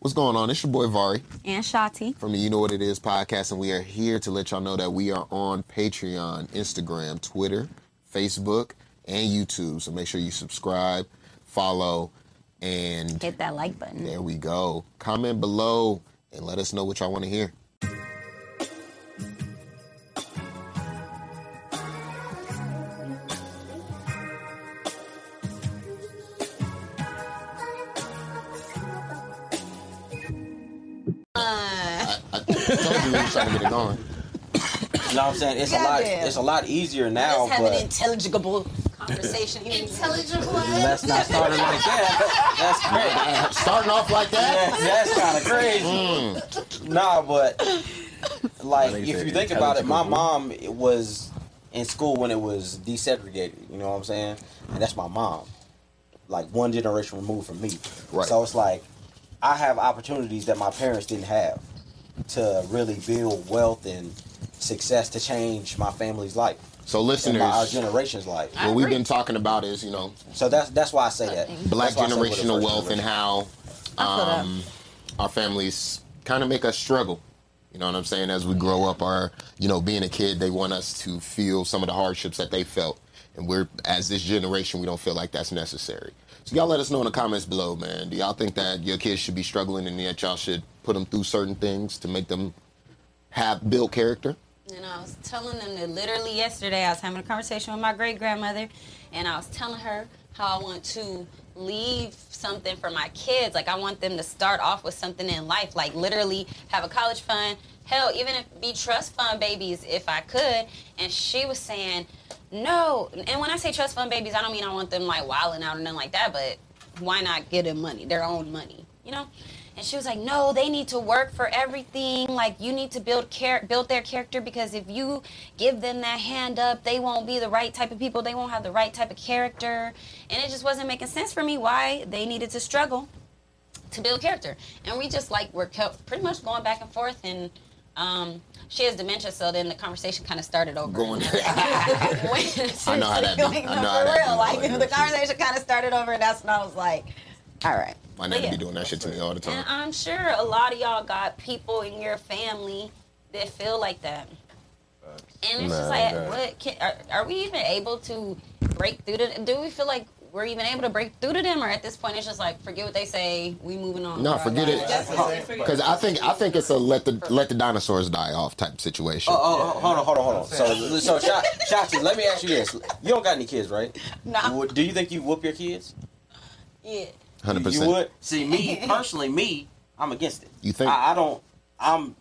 What's going on? It's your boy Vari and Shati. from the You Know What It Is podcast, and we are here to let y'all know that we are on Patreon, Instagram, Twitter, Facebook, and YouTube. So make sure you subscribe, follow, and Hit that like button. there we go. Comment below and let us know what y'all want to hear. I, I told you we was trying to get it going. You know what I'm saying? It's a lot. Goddamn. It's a lot easier now, Let's have an but intelligible conversation. You know, Intelligible. let's not start it like that. That's crazy. Starting off like that. That's, kind of crazy. Nah, but Mm. like think if they're you think about it, my intelligible. mom was in school when it was desegregated. You know what I'm saying? And that's my mom, like one generation removed from me. Right. So it's like I have opportunities that my parents didn't have to really build wealth and success to change my family's life So and my, our listeners, generation's life. what we've been talking about is you know So that's that's why I say that. black That's why I say we're the generational first wealth and generation. how I feel that. um, our families kind of make us struggle. You know what I'm saying? As we grow up, or you know, being a kid, they want us to feel some of the hardships that they felt, and we're as this generation, we don't feel like that's necessary. So y'all let us know in the comments below, man. Do y'all think that your kids should be struggling, and that y'all should put them through certain things to make them have build character? And I was telling them that literally yesterday I was having a conversation with my great grandmother, and I was telling her how I want to leave something for my kids. Like I want them to start off with something in life. Like literally have a college fund. Hell, even if be trust fund babies if I could. And she was saying, no. And when I say trust fund babies, I don't mean I want them like wilding out or nothing like that. But why not give them money, their own money, you know? And she was like, "No, they need to work for everything. Like you need to build care, build their character because if you give them that hand up, they won't be the right type of people. They won't have the right type of character." And it just wasn't making sense for me why they needed to struggle to build character. And we just like we're kept pretty much going back and forth. And um, she has dementia, so then the conversation kind of started over. Going- I know how that be. Like, I no, know how that for real. be. Like the conversation kind of started over. And that's when I was like, "All right." My nana Oh, Yeah. be doing that shit to me all the time. And I'm sure a lot of y'all got people in your family that feel like that. And it's just Nah, like, nah. what can, are, are we even able to break through to Do we feel like we're even able to break through to them? Or at this point, it's just like, forget what they say, we moving on. No, with our forget lives. it. That's what I'm saying. Because I think I think it's a let the let the dinosaurs die off type situation. Oh, oh, oh, hold on, hold on, hold on. So, so Sha- Shotzi, let me ask you this: You don't got any kids, right? Nah. Would- Do you think you whoop your kids? Yeah. Hundred You percent. would. See, me personally, me, I'm against it. You think? I, I don't. I'm.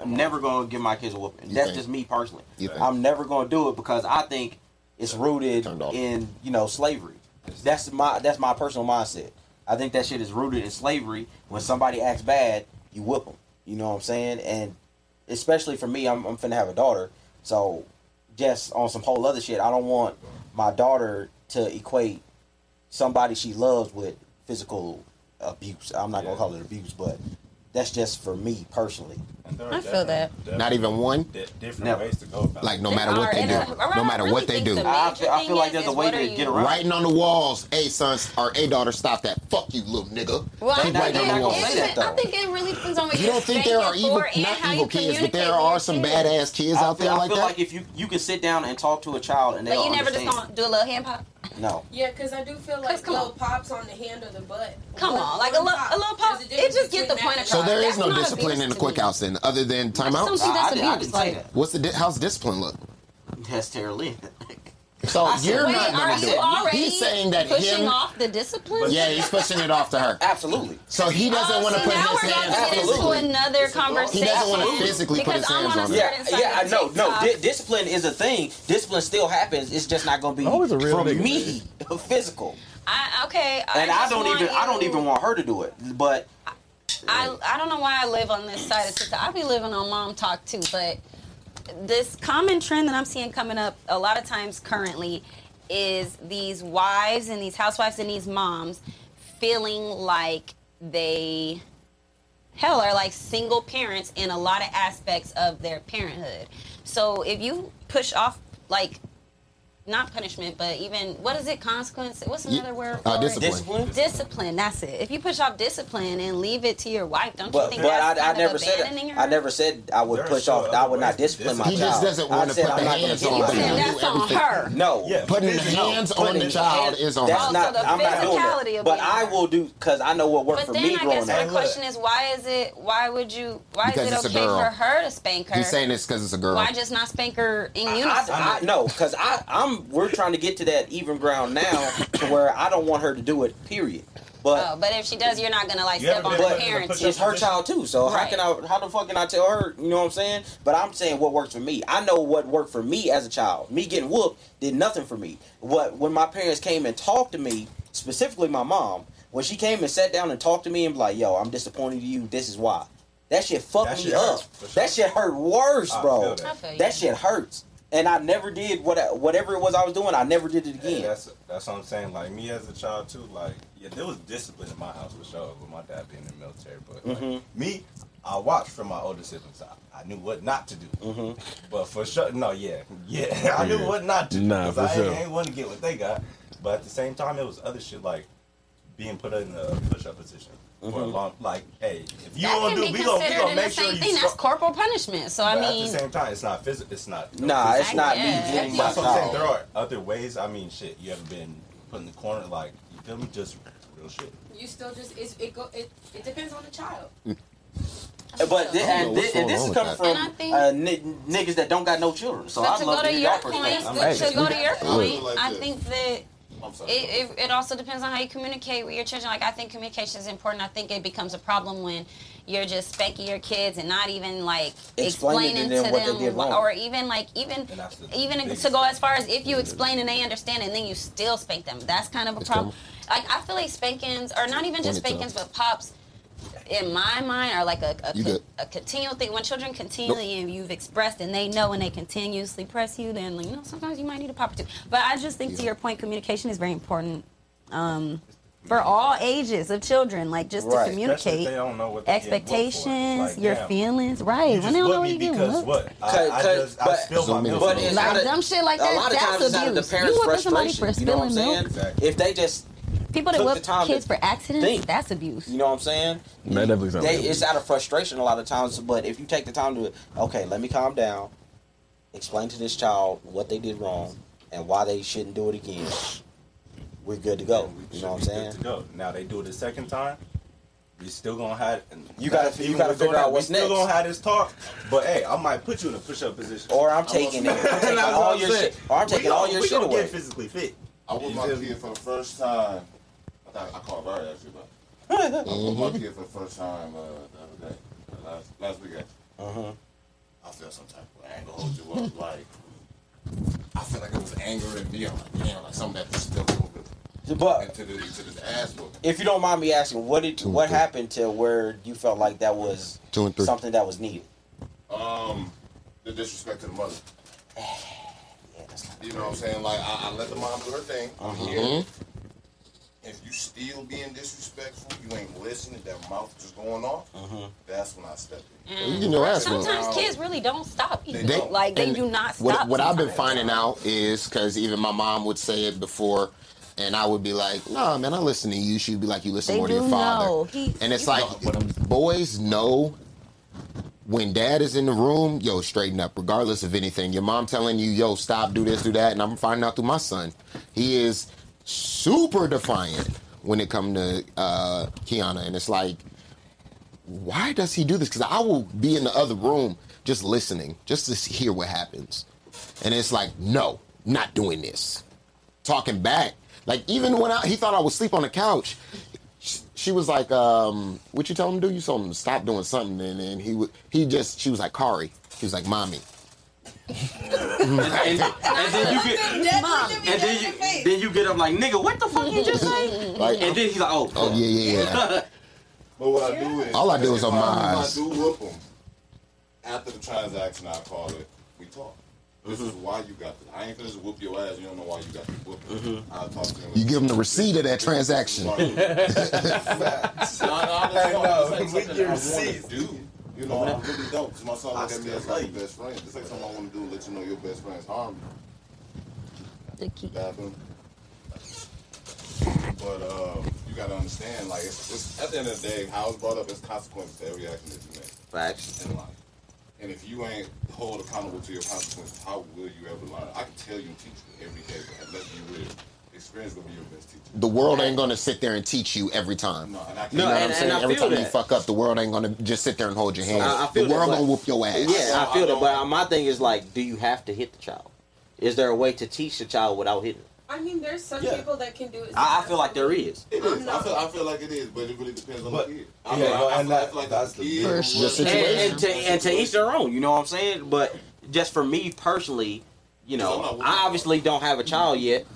I'm never gonna give my kids a whooping. You That's think? just me personally. You think? I'm never gonna do it because I think it's rooted Turned off. in you know slavery. That's my that's my personal mindset. I think that shit is rooted in slavery. When somebody acts bad, you whip them. You know what I'm saying? And especially for me, I'm, I'm finna have a daughter, so just on some whole other shit, I don't want my daughter to equate somebody she loves with physical abuse. I'm not gonna call it abuse, but that's just for me personally. I feel that. Not even one. different Never. ways to go about Like no They matter are, what they and do, I- I no matter really what they think do. the I major feel- I thing feel like is- there's a is way what to are you- get around Writing on the walls, hey sons or hey daughter, stop that. Fuck you, little nigga. Well, Keep I writing think on the they're not gonna walls. say that, I think it really depends on what You you're don't think there are Thank you evil, for it and not how you evil kids, but there communicate with are your some kids. badass kids I out feel, there I like feel that? like if you you can sit down and talk to a child and But they'll you never just understand. gonna do a little hand pop? no. Yeah, because I do feel Cause like come little on. pops on the hand or the butt. Come on, like a little, a little pop. It just get the point across. so there is That's no not discipline abuse in the to quick me. house then, other than Some timeouts. shit- that's I, I, didn't- I abuse, didn't say like- that. What's the di- how's discipline look? That's terribly. So I said, you're Wait, not are gonna do you it. already He's saying that pushing him. off the discipline? Yeah, he's pushing it off to her. Absolutely. So he doesn't Oh, want to so put now his we're about hands. to get into Absolutely. another conversation. He doesn't want to physically put Because his I hands wanna on see her. Yeah, Yeah, inside yeah, I of know. No, TikTok. di- discipline is a thing. Discipline still happens. It's just not gonna be I was a real from nigga, me physical. I, okay. And I, just don't want even I don't you- even want her to do it. But I I don't know why I live on this side of TikTok. I be living on mom talk too, but this common trend that I'm seeing coming up a lot of times currently is these wives and these housewives and these moms feeling like they hell are like single parents in a lot of aspects of their parenthood. So if you push off like not punishment, but even what is it? Consequence? What's Yeah. another word? Uh, for it? discipline. Discipline? Discipline. That's it. If you push off discipline and leave it to your wife, don't you But think but that's I, I kind never of said abandoning that. her? I never said I would There are push still off. I would other not ways to discipline my discipline. He child. just doesn't I want to said put the I'm not gonna hands discipline on my You said child. them. that's on Everything. her. No. Yeah. Putting the Physical. hands on the Putting child hands- is on That's her. not. Also, the I'm not doing physicality that. of But being I hurt. will do because I know what worked But for then me I growing guess my Hey, up. look. question is, why is it? Why would you? Why Because is it's a it okay girl. for her to spank her? He's saying this because it's a girl. why just not spank her in I- unison? I, I, no, because I, I'm. We're trying to get to that even ground now, to where I don't want her to do it. Period. But Oh, but if she does, you're not gonna like You step haven't on been her put in a parents. it's her child too. So Right. how can I? How the fuck can I tell her? You know what I'm saying? But I'm saying what works for me. I know what worked for me as a child. Me getting whooped did nothing for me. What when my parents came and talked to me, specifically my mom, when she came and sat down and talked to me and be like, "Yo, I'm disappointed in you. This is why." That shit fucked That me shit up. hurts, for sure. That shit hurt worse, I bro. feel that. I feel you. That shit hurts. And I never did what I, whatever it was I was doing. I never did it Hey, again. that's that's what I'm saying. Like me as a child too. Like yeah, there was discipline in my house for sure, with my dad being in the military. But like, Mhm. Mm-hmm. me, I watched from my older siblings. I, I knew what not to do. Mhm. Mm-hmm. But for sure, no, yeah, yeah, I knew Yeah. what not to do Nah, because for I sure. ain't, ain't want to get what they got. But at the same time, it was other shit like being put in a push-up position for a Mm-hmm. Mhm. long. Like hey, if you that don't can do, be we considered gonna we gonna in the make sure same you. thing. That's start- corporal punishment. So I but mean, at the same time, it's not physical. It's not. no nah, it's physical not me Yeah. getting my that's what I'm saying. child. There are other ways. I mean, shit, you haven't been put in the corner, like you feel me? Just real shit. You still just it's, it go it, it depends on the child. But thi- I don't know and, what's thi- going and this on is with coming that. from And I think- uh, ni- niggas that don't got no children. So but I to love go to to hear your y'all point, perspective. I'm but to asking. go to your Look. point, I think that I'm sorry. it, it, it also depends on how you communicate with your children. Like I think communication is important. I think it becomes a problem when you're just spanking your kids and not even like Explaining to explaining to them them, what they did wrong. or even like even And that's the even biggest to go thing. as far as if you explain and they understand and then you still spank them. That's kind of a problem. Like I feel like spankings or not even just Point it, spankings but pops in my mind are like a, a, You con- good. a continual thing. When children continually and you've expressed and they know and they continuously press you, then like, you know, sometimes you might need a pop or two. But I just think to Yeah. your point, communication is very important um, for all ages of children. Like just Right. to Especially if communicate they don't know what they getting whooped for. It's expectations, like, your damn, feelings. Right. You when just they don't whooped know me you get because whooped. what? I, Cause- I cause- just I but- spilled my But milk. it's- Like, on them. Like Not a- dumb shit like a that. lot of that's times it's abuse. out of the you parents' whooping somebody for frustration. You know what I'm spilling milk. saying? Exactly. If they just, People Took that the whoop time to kids for accidents, think. that's abuse. you know what I'm saying? That definitely sounds They, like abuse. it's out of frustration a lot of times. But if you take the time to, okay, let me calm down, explain to this child what they did wrong and why they shouldn't do it again. We're good to go. We You should know what I'm be good saying? to go. Now they do it a second time. We still gonna have. and You gotta- that's you even gotta what's going figure out on. what's we next. Still gonna have this talk, but hey, I might put you in a push-up position. Or I'm gonna- taking it. I'm taking That's what all I'm your saying. shit- or I'm taking We all gonna- your we shit gonna away. Get physically fit. I was my kid for the first time. I thought I called Larry actually, but I was Mm-hmm. my kid for the first time uh, the other day, uh, last last weekend. Uh-huh. I felt some type of anger hold you up, like I feel like it was anger in me. I'm like, damn, like something that just spilled over But into the into this ass whooping. if you don't mind me asking, what did Two and what three. happened to where you felt like that was Two and three. something that was needed? Um, the disrespect to the mother. Yeah, that's not You know what I'm saying? Like I, I let the mom do her thing. I'm here. Mhm. If you still being disrespectful, you ain't listening. That mouth just going off. That's when I stepped in. Mm. Uh-huh. You know, ass whooped. Sometimes kids really don't stop either. They- like they and do not stop. What, what I've been sometimes. finding out is because even my mom would say it before, and I would be like, "Nah, man, I listen to you." She'd be like, "You listen They more to do your father." know. He- and it's you- like boys know when dad is in the room, yo, straighten up, regardless of anything. Your mom telling you, yo, stop, do this, do that, and I'm finding out through my son. He is super defiant when it comes to uh, Kiana, and it's like, why does he do this? Because I will be in the other room just listening, just to hear what happens, and it's like, no, not doing this. Talking back, like even when I, he thought I was asleep on the couch, she was like, um, "What you tell him to do? You told him to stop doing something." And then he would, he just, she was like, "Kari," he was like, "Mommy." and, and then you get Mom, and then you then you get up like nigga, what the fuck you just say? Like, And then he's like, oh, oh yeah, yeah, yeah. But what I do is All I do is if on my if eyes. I do whoop them after the transaction. I call it. We talk. This Mm-hmm. is why you got this. I ain't gonna just whoop your ass. You don't know why you got this whooping. I'll talk to him. Mm-hmm. You give him the receipt of that transaction. no, no, I know. know. This ain't We something give I receipts. want to do. You know, I really don't. 'cause my son look at me as like best friend. This ain't something I want to do. Let you know your best friend's harm you. The key. bathroom. But um, you gotta understand, like, it's, it's, at the end of the day, how it's brought up is consequence to every action that you make Facts. in life. And if you ain't hold accountable to your consequences, how will you ever learn? I can tell you and teach you every day, but unless you will, experience will be your best teacher. The world ain't gonna sit there and teach you every time. No, and I can't. You know what and- I'm and saying? I Every feel time you that. fuck up, the world ain't gonna just sit there and hold your hand. I- I feel the that, world but- gonna whoop your ass. Yeah, I I feel that. don't- But my thing is like, do you have to hit the child? Is there a way to teach the child without hitting? them? I mean, there's some Yeah. people that can do it. I, I feel like there is. It is. I feel, I feel like it is, but it really depends on But- the kid. yeah, I feel, but- I, and feel, I that- feel like that's the the kid. First, will- your And, situation. and to, and to each their own. You know what I'm saying? But just for me personally, you know, I obviously don't have a child yet,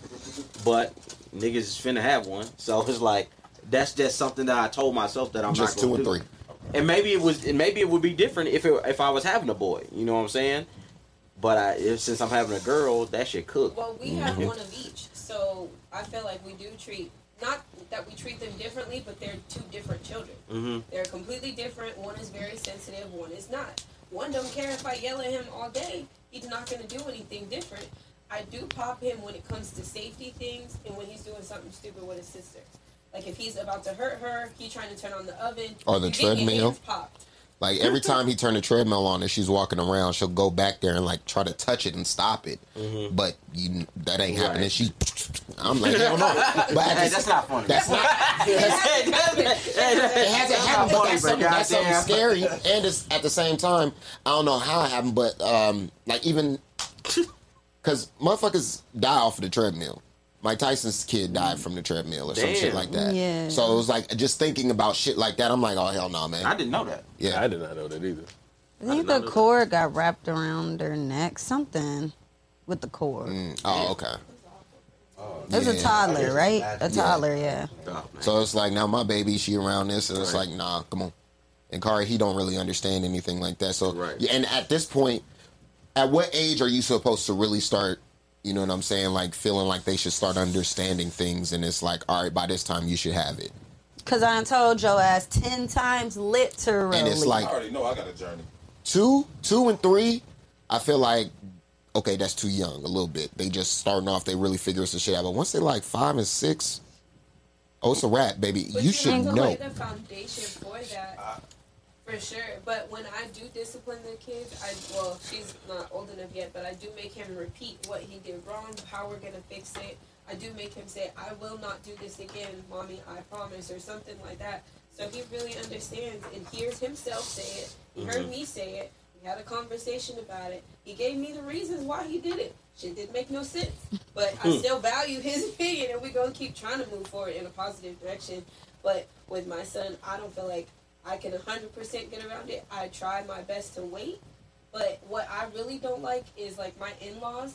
but niggas is finna have one. So it's like that's just something that I told myself that I'm just not two gonna or do. three. and maybe it was and maybe it would be different if it, if I was having a boy. You know what I'm saying? But I if, since I'm having a girl, that shit cooked. Well, we have Mm-hmm. one of each, so I feel like we do treat not that we treat them differently, but they're two different children. hmm They're completely different. One is very sensitive. One is not. One don't care if I yell at him all day. He's not gonna do anything different. I do pop him when it comes to safety things and when he's doing something stupid with his sister. Like if he's about to hurt her, he trying to turn on the oven Or the you getting your treadmill. hands Popped. Like every time he turned the treadmill on and she's walking around, she'll go back there and like try to touch it and stop it. But you, that ain't happening. Mm-hmm. Right. She, I'm like, hell no. But I Hey, just- that's not funny. that's not. That's, Hey, that's- hey, it hasn't that's happened, but funny, that's something, that's something goddamn. scary. And it's at the same time, I don't know how it happened, but um, like even because motherfuckers die off of the treadmill. Mike Tyson's kid died from the treadmill or some Damn. shit like that. Yeah. So it was like just thinking about shit like that. I'm like, oh hell no, man. I didn't know that. yeah. I did not know that either. I think know the that. cord got wrapped around her neck. Something with the cord. oh okay. It was a Yeah. toddler, right? A Yeah. toddler, yeah. Oh, man. So it's like now my baby, she around this, and it's like nah, come on. And Kari, he don't really understand anything like that. So Right. yeah, and at this point, at what age are you supposed to really start? You know what I'm saying? Like feeling like they should start understanding things, and it's like, all right, by this time you should have it. Cause I done told your ass ten times literally. And it's like- I already know I got a journey. Two, two, and three, I feel like okay, that's too young a little bit. They just starting off, they really figure some shit out. But once they like five and six, oh, it's a wrap, baby. But you should have to know. lay the foundation for that, for sure. But when I do discipline the kids, I well, she's not old enough yet, but I do make him repeat what he did wrong, how we're gonna fix it. I do make him say, "I will not do this again, mommy. I promise," or something like that. So he really understands and hears himself say it. He heard me say it. We had a conversation about it. He gave me the reasons why he did it. Shit didn't make no sense, but I still value his opinion, and we're gonna keep trying to move forward in a positive direction. But with my son, I don't feel like I can 100% get around it. I try my best to wait. But what I really don't like is like my in-laws.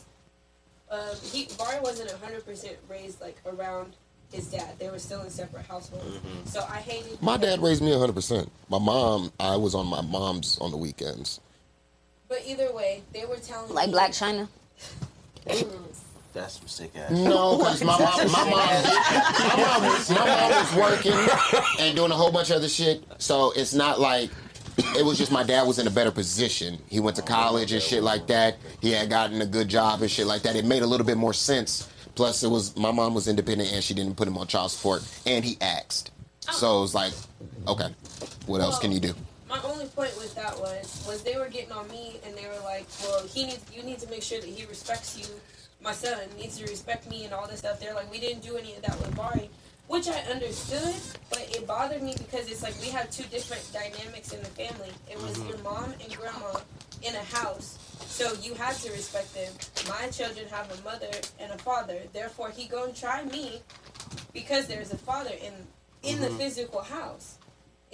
Um, he Vari wasn't 100% raised like around his dad. They were still in separate households. So I hated My dad raised me 100%. My mom, I was on my mom's on the weekends. But either way, they were telling like me- Black China. That's some sick ass. No, because my mom, my mom, my mom, was, my mom was working and doing a whole bunch of other shit. So it's not like it was just my dad was in a better position. He went to college and shit like that. He had gotten a good job and shit like that. It made a little bit more sense. Plus, it was my mom was independent and she didn't put him on child support, and he asked. So it was like, okay, what else can you do? My only point with that was was they were getting on me and they were like, "Well, he needs you need to make sure that he respects you. My son needs to respect me and all this stuff." They're like, "We didn't do any of that with Bari," which I understood, but it bothered me because it's like we have two different dynamics in the family. It was your mom and grandma in a house, so you had to respect them. My children have a mother and a father, therefore he gonna try me because there's a father in in Mm-hmm. the physical house.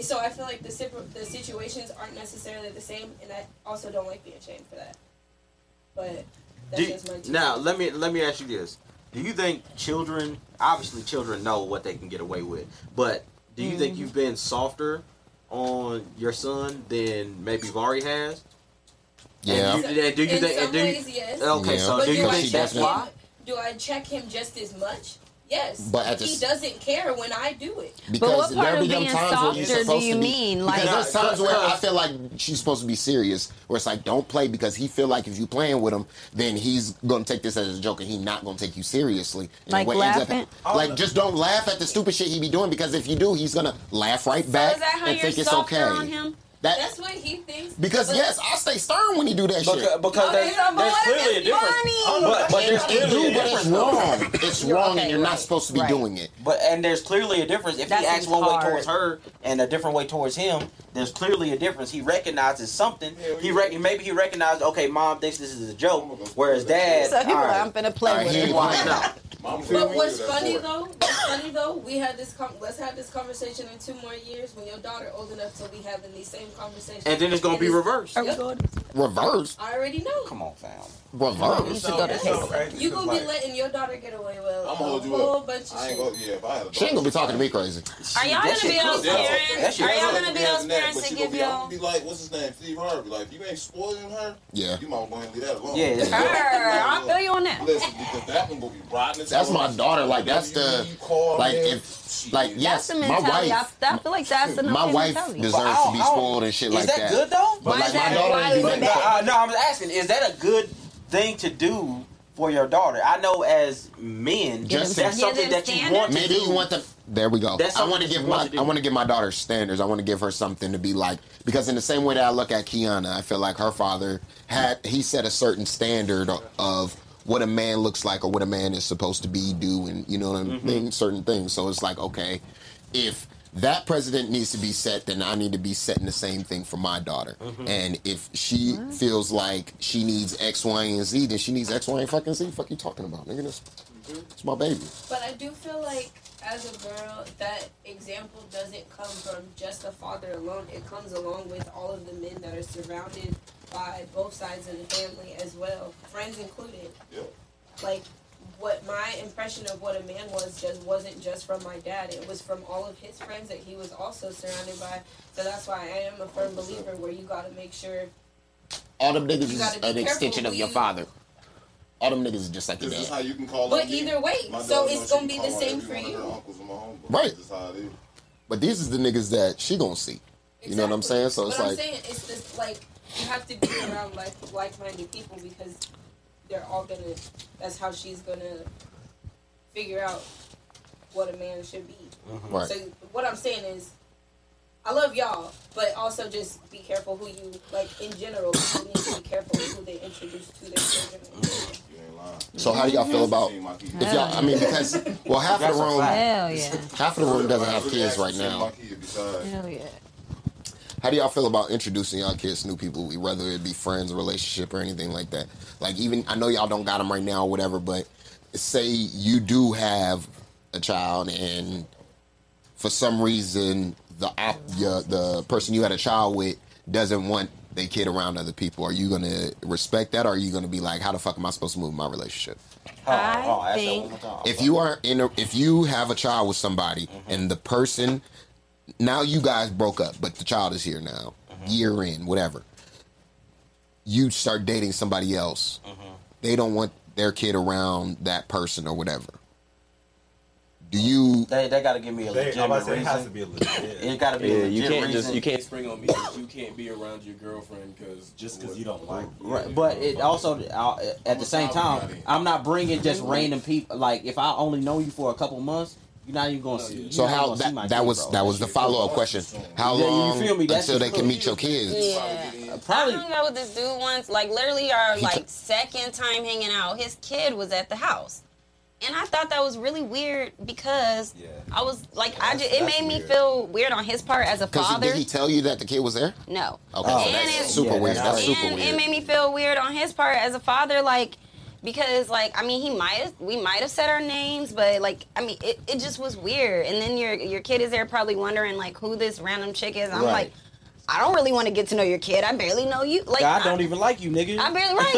So I feel like the sip- the situations aren't necessarily the same, and I also don't like being shamed for that. But that's Do- just my two now cents. let me let me ask you this: Do you think children, obviously children, know what they can get away with? But do you Mm. think you've been softer on your son than maybe Vari has? Yeah, And you, and do you in think? some and do you- ways, yes. Okay, Yeah. so But do do you I think check that's definitely- why? him? Do I check him just as much? Yes, But at the he s- doesn't care when I do it. Because what part there of be them being times where you're softer do supposed you to be- mean? Because Like- uh, there's times where I feel like she's supposed to be serious, where it's like, don't play because he feel like if you playing with him, then he's gonna take this as a joke and he not gonna take you seriously. And Like what laughing? Oh, like just don't laugh at the stupid shit he be doing because if you do, he's gonna laugh right back is that how and you're think it's softer okay. on him? That That's what he thinks. because but- yes, I stay stern when he do that shit. Because, because No, there's, they don't there's want clearly a it. difference. Funny. But, uh, but there's You clearly a do, but difference. it's though. wrong. It's You're wrong, okay, and you're not right, supposed to be right. doing it. But and there's clearly a difference. If That he acts seems one hard. way towards her and a different way towards him, there's clearly a difference. He recognizes something. Hell He yeah. rec- maybe he recognized, okay, mom thinks this is a joke, whereas dad, So he all was right, like, I'm finna play All right, with he him. ain't why playing. not? Mama said But we what's knew that funny for it. though, what's funny though, we had this com- let's have this conversation in two more years when your daughter old enough to be having these same conversations. And then it's gonna be it's- reversed. Yep. Reverse, I already know. Come on, fam. You reverse. should go to It's so- it's so Texas. crazy You 'cause, gonna be like, letting your daughter get away with a I'm gonna hold you whole up. bunch of I ain't shit. gonna. Yeah, if I had a She ain't gonna be talking to me crazy. Are y'all That gonna shit be those cooked, though. That parents? shit Are y'all cooked. gonna be those parents to give you? I'm gonna you? be like, what's his name? Steve Harvey. Like, if you ain't spoiling her, Yeah. you might want to leave that alone. Yeah, it's- Her, I feel you on that. Listen, because that one gonna be rotten. as That's hell. my daughter, like, that's Whatever you the- need, you call like, her. if- like, yeah. That's Yes, the my mentality. I, wife- I feel like that's the My wife But mentality. I deserves to don't- be I don't- spoiled and shit Is like that, that. good though? But Why like is my that- daughter, why be is like it that. Uh, no, I'm asking, is that a good thing to do for your daughter? I know as men, Just that's to- something that Give you them want Maybe to you do. want the. There we go. That's I want to something give that you my. want to I do. want to give my daughter standards. I want to give her something to be like because in the same way that I look at Kiana, I feel like her father had he set a certain standard o- of what a man looks like or what a man is supposed to be, do, and you know what I mean. Mm-hmm. Certain things. So it's like okay, if that president needs to be set, then I need to be setting the same thing for my daughter. Mm-hmm. And if she feels like she needs X, Y, and Z, then she needs X, Y, and fucking Z. Fuck you talking about, nigga? That's, Mm-hmm. that's my baby. But I do feel like as a girl, that example doesn't come from just the father alone. It comes along with all of the men that are surrounded by both sides of the family as well, friends included. Yeah. Like what my impression of what a man was just wasn't just from my dad. It was from all of his friends that he was also surrounded by. So that's why I am a firm believer where you got to make sure All them niggas You is gotta be an extension careful of your when- father. All them niggas is just like your This is dad. how you can call But on me. either way, My so daughter it's knows she gonna can be call the on same every for one of you. her uncles and my homeboys. Right. This is how it is. but these is the niggas that she gonna see. You know what I'm saying? So But it's I'm like- saying it's just like you have to be around like like-minded people because they're all gonna. That's how she's gonna figure out what a man should be. Right. So what I'm saying is, I love y'all, but also just be careful who you like. In general, people need to be careful who they introduce to their children. You ain't lying. So how do y'all feel about Seen my kids. if y'all? I mean, because well, half of That's the a fact. room, Hell yeah. half of the room doesn't have Really kids actually right seen my now. kid besides- Hell Oh, yeah. How do y'all feel about introducing y'all kids to new people, whether it be friends, relationship, or anything like that? Like even I know y'all don't got them right now, or whatever. But say you do have a child, and for some reason the op, your, the person you had a child with doesn't want their kid around other people. Are you gonna respect that, or are you gonna be like, how the fuck am I supposed to move my relationship? Hold on, I hold on, ask that think- one more time. if you are in a, if you have a child with somebody Mm-hmm. and the person now you guys broke up but the child is here now Mm-hmm. year in whatever you start dating somebody else Mm-hmm. they don't want their kid around that person or whatever do you they, they got to give me a they- I'm about to legitimate say reason. it has to be a It legit. got to be a Yeah, legit you can't reason. just you can't spring on me. that You can't be around your girlfriend because Just because you don't like it. Right, but it also uh, at the same time, I'm not bringing just random people. Like if I only know you for a couple months, you're not even gonna see. you're so not how gonna see my that, that kid, was bro. that was the follow up Yeah, question how you long feel me? That's until they just can real. meet your kids Yeah. I probably hung out with this dude once, like literally our He like t- second time hanging out. His kid was at the house. And I thought that was really weird because Yeah. I was like, I That's- just, it that's made me weird. feel weird on his part as a because father. did he tell you that the kid was there no. okay Oh, so and that's it's- super yeah, weird that's that's weird. super and weird it made me feel weird on his part as a father, like because like I mean he might we might have said our names, but like I mean it, it just was weird. And then your your kid is there probably wondering like who this random chick is. I'm Right. like, I don't really want to get to know your kid. I barely know you. Like God don't even like you, nigga. I barely right,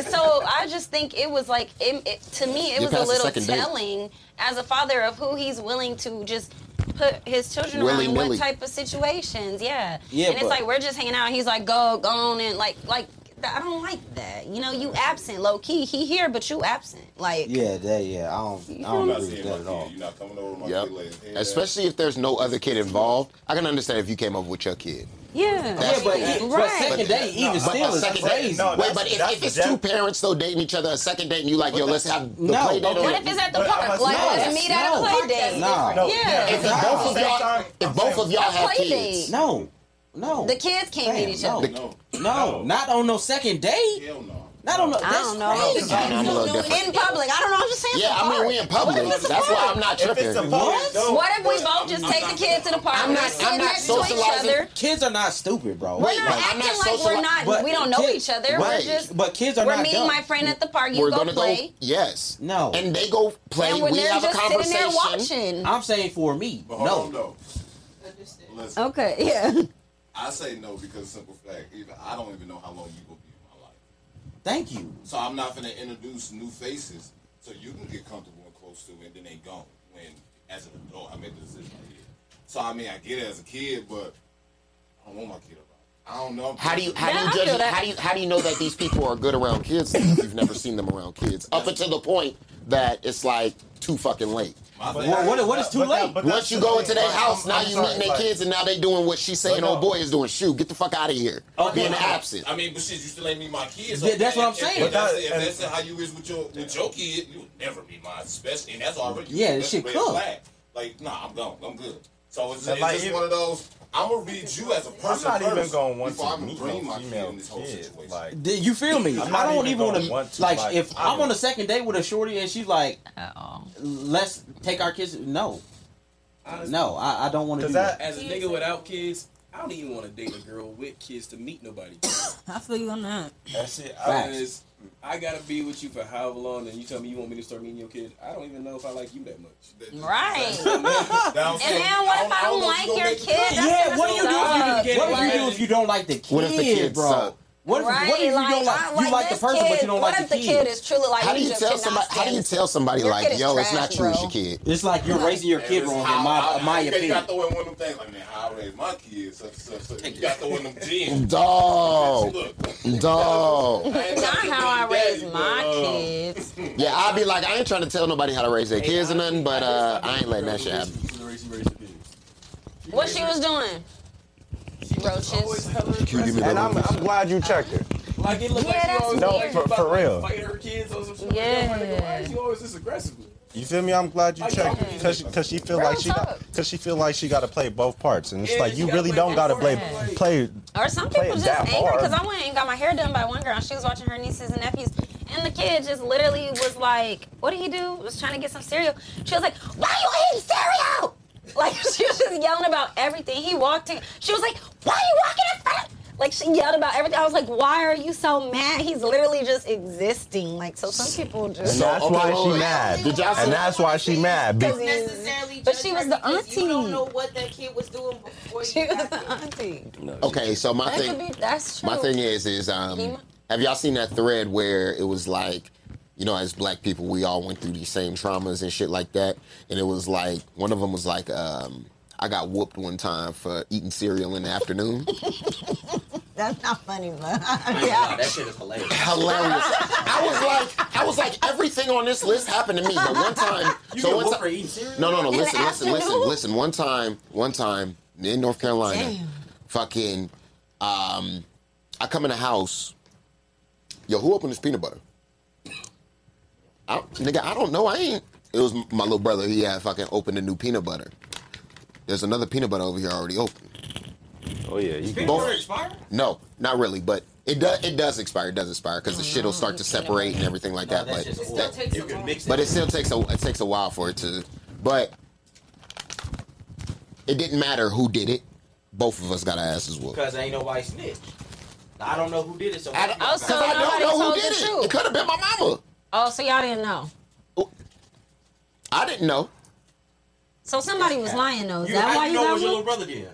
right. So I just think it was like it, it- to me it You're was a past the little second date. telling as a father of who he's willing to just put his children around in Willy-nilly. what type of situations. Yeah. Yeah, and it's but- like we're just hanging out. and He's like, go, go on and like like that. I don't like that. You know, you absent, low key. He here, but you absent. Like, Yeah, that yeah. I don't I I'm don't not agree with seeing my that at all. kid. You're not coming over my Yep. kid later. Yeah. Especially if there's no other kid involved. I can understand if you came over with your kid. yeah, That's- Yeah, but, e- but Right. second date even No, but a still is second crazy. date- No, Wait, that's- but if, that's if it's the two def- parents though dating each other a second date and you like, yo, But let's that's- have the No, play date okay. on What if it's at the But I'm park? not- Like, let's No, meet at no. a play date. No. No, Yeah. if If both y'all- of y'all, Same time- if both of y'all A have play kids, date. No. No. The kids can't Fam, meet each no. other. No, no, not on no second date. hell no. Not on no I that's don't know. crazy. I'm a little No, no, different. In public. I don't know. I'm just saying. Yeah, at the I mean park. we in public. What if it's a That's why park? I'm not If tripping. it's a What? no, What if we but both just I'm take not- the kids to the park? I'm We're not- sitting I'm not next to each socializing. other. Kids are not stupid, bro. We're not like, I'm acting not like we're sociali- not. But we don't know kid- each other. Right. We're just. But kids are we're not meeting dumb. my friend at the park. You We're go gonna play. go. Yes. No. And they go play. and we're we there have a just sitting there conversation. watching. I'm saying for me. But hold on No. though. Understand. Listen, Okay, yeah. I say no because of simple fact, even I don't even know how long you will be in my life. Thank you. So I'm not gonna introduce new faces so you can get comfortable and close to and then they gone when as an adult I made the decision I did. So I mean I get it as a kid, but I don't want my kid around. I don't know. How do you how Yeah, I do you judge feel that. how do you how do you know that these people are good around kids if you've never seen them around kids? Up until the point that it's like too fucking late. My But thing- Well, what- what is but too that- late? but that's Once you go the into thing. their Like, house, I'm- now I'm you sorry, meeting their like, kids and now they doing what she's saying But old no. boy is doing. Shoot, get the fuck out of here. Okay. Being absent. I mean, but shit, you still ain't meet my kids. Yeah, that's what I'm If- saying. If, that's, But if that- that's how you is with your with your kid, you would never meet mine, especially. And that's already Yeah, that that's shit red cooked. flag. Like, nah, I'm gone. I'm good. So it's, And it's like just even- one of those. I'm gonna read you as a I'm person not first even gonna want before I to can meet bring no my kid female in this whole kids. situation. Like, Do you feel me? I'm I not don't even even wanna- gonna want to, like, like, if I I'm on don't- a second date with a shorty and she's like, oh. let's take our kids. No, Honestly, no, I, I don't want to Does do that- that. As a nigga without kids, I don't even want to date a girl with kids to meet nobody. I feel you on that. that shit, Facts. I, Because I gotta be with you for however long, and you tell me you want me to start meeting your kid. I don't even know if I like you that much. Right. Down And then what if I don't like your kid? That's- Yeah, that's what do you do? sucks. If you, what if you do Right. if you don't like the kid, What if the kid bro? suck? What if, right. what if you like, don't I like you like the this person, kid. but you don't what like if the kid? is truly like How do you just tell cannot somebody how do stand you this- tell somebody Your kid like, is yo, it's not trash, you, it's bro. your kid. It's like you're raising your And kid it's wrong, how- in my how- in my you opinion. got the one of them things like, man, how I raise my kids. Such, such, such. You got the one of them genes. Oh. Dog. Look, Dog. I ain't Not trying to how I be raise daddy, my but, uh, kids. Yeah, I'd be like, I ain't trying to tell nobody how to raise their kids or nothing, but uh, I ain't letting that shit happen. What she was doing? Oh, Roaches. And I'm, I'm glad you checked her. Like it looked Yeah, like that's she always No, like, for- about for to, like, real. Fight her kids or some shit. like that. I'm like, Why is you always this aggressive? You feel me? I'm glad you checked her because because she feel Real like she got talk. because she feel like she got to play both parts, and it's Yeah, like she you gotta really play don't both got to play parts. play. Or some Play people it just down angry hard. because I went and got my hair done by one girl. and She was watching her nieces and nephews. And the kid just literally was like, what did he do? Was trying to get some cereal. She was like, why you eating cereal? Like, she was just yelling about everything. He walked in. She was like, why are you walking in front of-" Like, she yelled about everything. I was like, why are you so mad? He's literally just existing. Like, so some people just... And that's okay, why well, she mad. did y'all see- And that's why she mad. be- Because he- necessarily But judge she her was the because You auntie. don't know what that kid was doing before She you was got the there. auntie. Okay, so my That could thing be, that's true. my thing is is um Oh. He- have y'all seen that thread where it was like you know as black people we all went through these same traumas and shit like that and it was like one of them was like um I got whooped one time for eating cereal in the afternoon. That's not funny, but... Wow, that shit is hilarious. Hilarious. I was like, I was like, everything on this list happened to me. But one time, so one time, eating cereal? no, no, no. In the Listen, listen, listen, afternoon? listen. One time, one time in North Carolina, fucking, um, I come in the house. Yo, who opened this peanut butter? I, nigga, I don't know. I ain't. It was my little brother. He had fucking opened a new peanut butter. There's another peanut butter over here already open. Oh yeah, you Both- No, not really, but it does. It does expire. It does expire because the shit will start to Mm, separate and everything like that. that's But just It that- still takes a while. but it still takes a it takes a while for it to. But it didn't matter who did it. Both of us got our asses whooped. Because ain't nobody snitched. I don't know who did it. So I, Oh, so cause I don't nobody know who told did the it. truth. It could have been my mama. Oh, so y'all didn't know. I didn't know. So somebody was lying though. Is you, that how why you you know it got was your one? little brother did?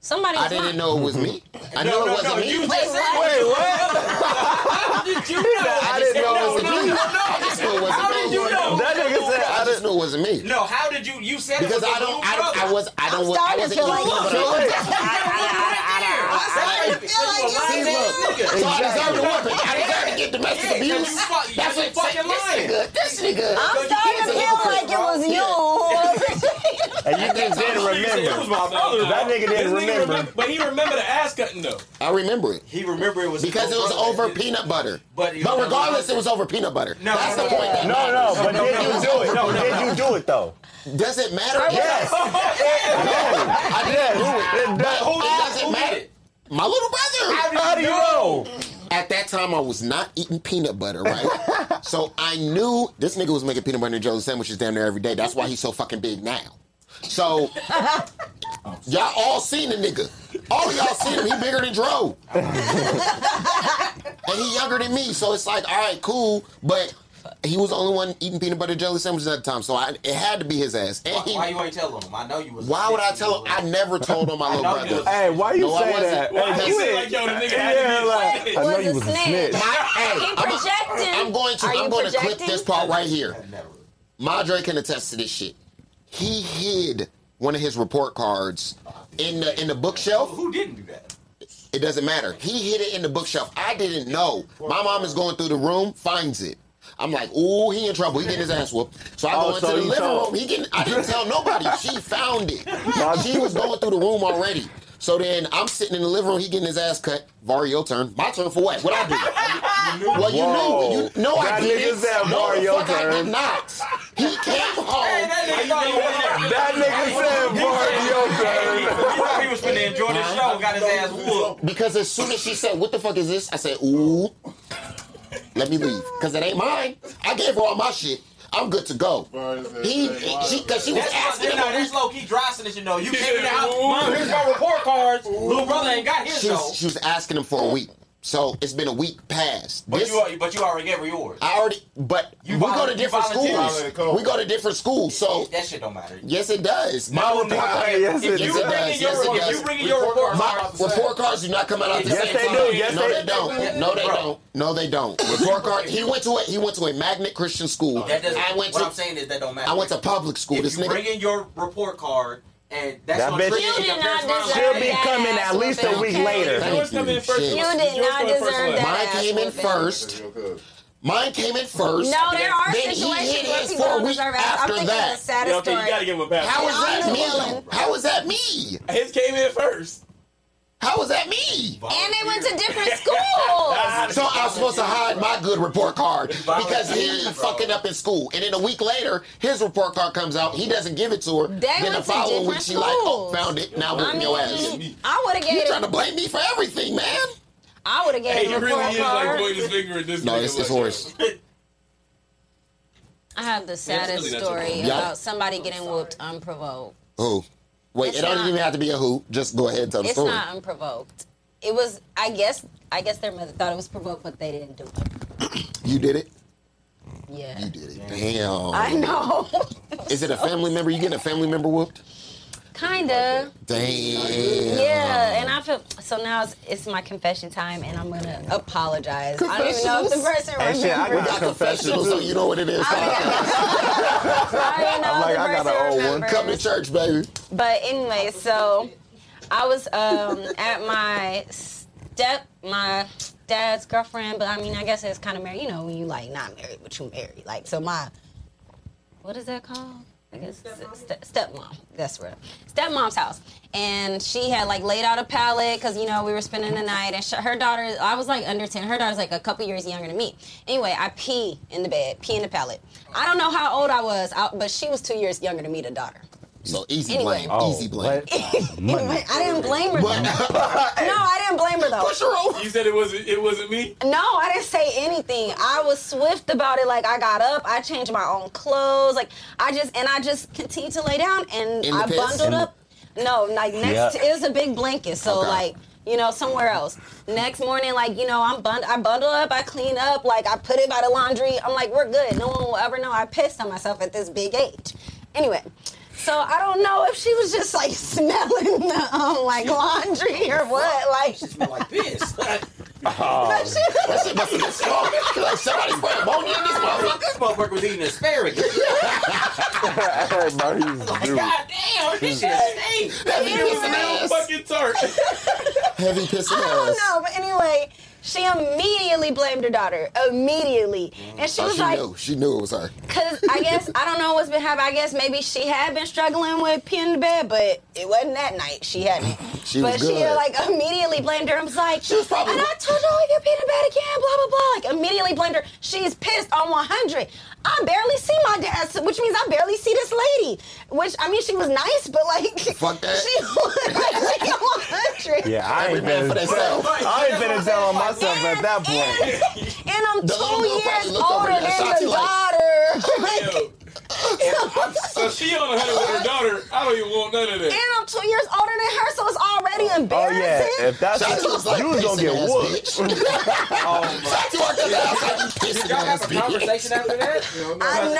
Somebody was I didn't lying. know it was me. I knew it wasn't me. You Wait, just what? did you know? I didn't know it was no, me. No, I just knew it wasn't How me. did you know? That nigga said I I just didn't. knew it wasn't me. no. No, how did you? You said it Because was I don't, your I little don't, I brother. was, I don't, was, I starting to wasn't feel eating peanut butter. like- Wait, I, I, I, I, I, I, I, I, I, I, I, I, I, I, I, I, I, So I deserve to whoop. did domestic Yeah, 'cause you abuse. fuck- you That's just what fucking lying. This nigga, this nigga. I'm Because you starting to kids are feel like it was you. And you just didn't It was remember. my brother. That nigga didn't This remember. remem- But he remembered the ass cutting though. I remember it. He remember it was Because it was over peanut butter. But But, it was- regardless, it was over peanut butter. No, That's no, the no, point. that No, no, but matters. did you do it? No, no, Did you do it though? Does it matter? Yes. I didn't do it. Yes. It But does. it doesn't matter. My little brother. How do you know? At that time, I was not eating peanut butter, right? so I knew this nigga was making peanut butter and jelly sandwiches down there every day. That's why he's so fucking big now. So y'all all seen the nigga. All of y'all seen him. He bigger than Dro, and he younger than me. So it's like, all right, cool, but. He was the only one eating peanut butter and jelly sandwiches at the time, so I, it had to be his ass. And Why, he, why why, you ain't telling him? I know you was. would I tell him? I never told on my little know you brother. was- Hey, why you No, I say wasn't. that? Why Hey, you you say ain't- like, yo, the nigga Yeah, had to be like, I know Was you a was a snitch. snitch. hey, He I'm a- projecting. I'm going to Are you I'm going to clip projecting? this part right here. Never. Madre can attest to this shit. He hid one of his report cards in the in the bookshelf. Who didn't do that? It doesn't matter. He hid it in the bookshelf. I didn't know. My mom is going through the room, finds it. I'm like, ooh, he in trouble. He getting his ass whooped. So I go Oh, into so the you living told- room. He getting. I didn't tell nobody. She found it. She was going through the room already. So then I'm sitting in the living room. He getting his ass cut. Vario turn. My turn for what? What I do? Well, you Whoa. knew. You, no, That I didn't. nigga said no, the Mario fuck I did turn. not. He came home. That nigga said He Mario thought he was finna enjoy the show and got his ass whooped. Because as soon as she said, "What the fuck is this?" I said, "Ooh, let me leave," because it ain't mine. I gave her all my shit. I'm good to go. He, she, because she was That's asking why, him. no, that's low key dry snitching though. You came in the house, mom, here's my report cards. Little brother ain't got his She though. was, she was asking him for a week. So it's been a week past. But This, you, al- but you already gave her yours. I already, but You we go to volunteer- different you volunteer. schools. We go to different schools. So that shit don't matter. yes, it does. My No, report, nigga. Hey, yes, if it you does. bring in Yes, it your, if does. you bring in your report my cards, report cards do not come out at the Yes, same they time. do. Yes, no, they- they, don't. No, they don't. No, they don't. Report card. He went to a he went to a magnet Christian school. that doesn't. I went what to I'm saying is that don't matter. I went to public school. If This you bring nigga. in your report card and That that's bitch- gonna trigger You your did parents' not mind. deserve She'll be that coming ass at least a whooping, week okay? later. Thank Yours come in you. first. Shit. You Yours did come not in first deserve left. that. Mine came in ass whooping. first. Mine came in first. No, there are Then he situations hit where it people for a don't week deserve ass. I'm after thinking that. of the saddest Yeah, okay, you gotta story. give him a pass. How is that I'm the me? villain. How is that me? His came in first. How is that me? And they went to different schools. So I was supposed to hide my good report card because he fucking up in school. And then a week later, his report card comes out. He doesn't give it to her. then the went to following week, different she like, oh, schools. found it. Now I whooping your ass. mean, I would have You gave trying to him. blame me for everything, man? I would have Hey, gave he him a really report is like card. pointing his finger at this No, nigga it's, like, it's worse. I have the saddest really not your story fault. Yeah. about somebody getting whooped unprovoked. Who? Wait, It's it don't not- even have to be a who. Just go ahead and tell the It's story. not unprovoked. It was, I guess, I guess their mother thought it was provoked, but they didn't do it. You did it. Yeah, You did it. Damn. I know. Is it a family member? You getting a family member whooped? Kinda. Damn. Uh-huh. Yeah, and I feel so now it's, it's my confession time, and I'm gonna apologize. I don't even know if the person Hey, remembers. shit, I got Got a confession confessional, so too. you know what it is. I don't even know I'm like, if the I got person an old one. remembers. Oh, Come to church, baby. But anyway, so I was um, at my step my dad's girlfriend, but I mean, I guess it's kind of married. You know, when you like not married, but you married. Like, so my what is that called? I guess Stepmom? Ste- stepmom. That's right. Stepmom's house. And she had like laid out a pallet because you know we were spending the night, and sh- her daughter, I was like under ten. Her daughter's like a couple years younger than me. Anyway, I pee in the bed, pee in the pallet. I don't know how old I was, I, but she was two years younger than me, the daughter. So easy Anyway. blame. Oh, easy blame. what? Anyway, I didn't blame her. Though. But No, I didn't blame her though. You said it wasn't it wasn't me? No, I didn't say anything. I was swift about it. Like I got up, I changed my own clothes. Like I just and I just continued to lay down and In the I piss? bundled In the- up. No, like next Yeah. it was a big blanket, so Okay. like you know somewhere else. Next morning, like you know, I'm bund- I bundle up, I clean up, like I put it by the laundry. I'm like, we're good. No one will ever know I pissed on myself at this big age. Anyway. So I don't know if she was just like smelling the um, like laundry or what. Like Smell like piss. Oh, that shit must have been strong. Like somebody's putting ammonia in this motherfucker. this motherfucker was eating asparagus. Everybody used to Like, do it. God damn, this shit stinks. Heavy pissing ass. Fucking tart. Heavy pissing I don't ass. know, but anyway, She immediately blamed her daughter. Immediately. And she Oh, was she like, knew. She knew it was her. Cause I guess I don't know what's been happening. I guess maybe she had been struggling with peeing to bed, but it wasn't that night. She hadn't. She but was she good. like immediately blamed her. I was like, She was probably- and I told her if you peeing to bed again, blah blah blah. Like immediately blamed her. She's pissed on 100. I barely see my dad, so- which means I barely see this lady. Which I mean, she was nice, but like, Fuck that. She was like, she 100. Yeah, I Every ain't man been for themselves. I ain't been telling myself at that point. And, and I'm The little two girl probably years looked over older at than Ashanti the like- daughter. Like, Yo, so she on a hundred with her daughter. I don't even want none of and that. I'm two years older than her, so it's already Oh embarrassing. yeah, if that's Shotty was like, you was gonna "Pissing ass get whooped. Oh, Shotty walked up to the house like, "You pissing Y'all ass have a bitch." conversation after that? I I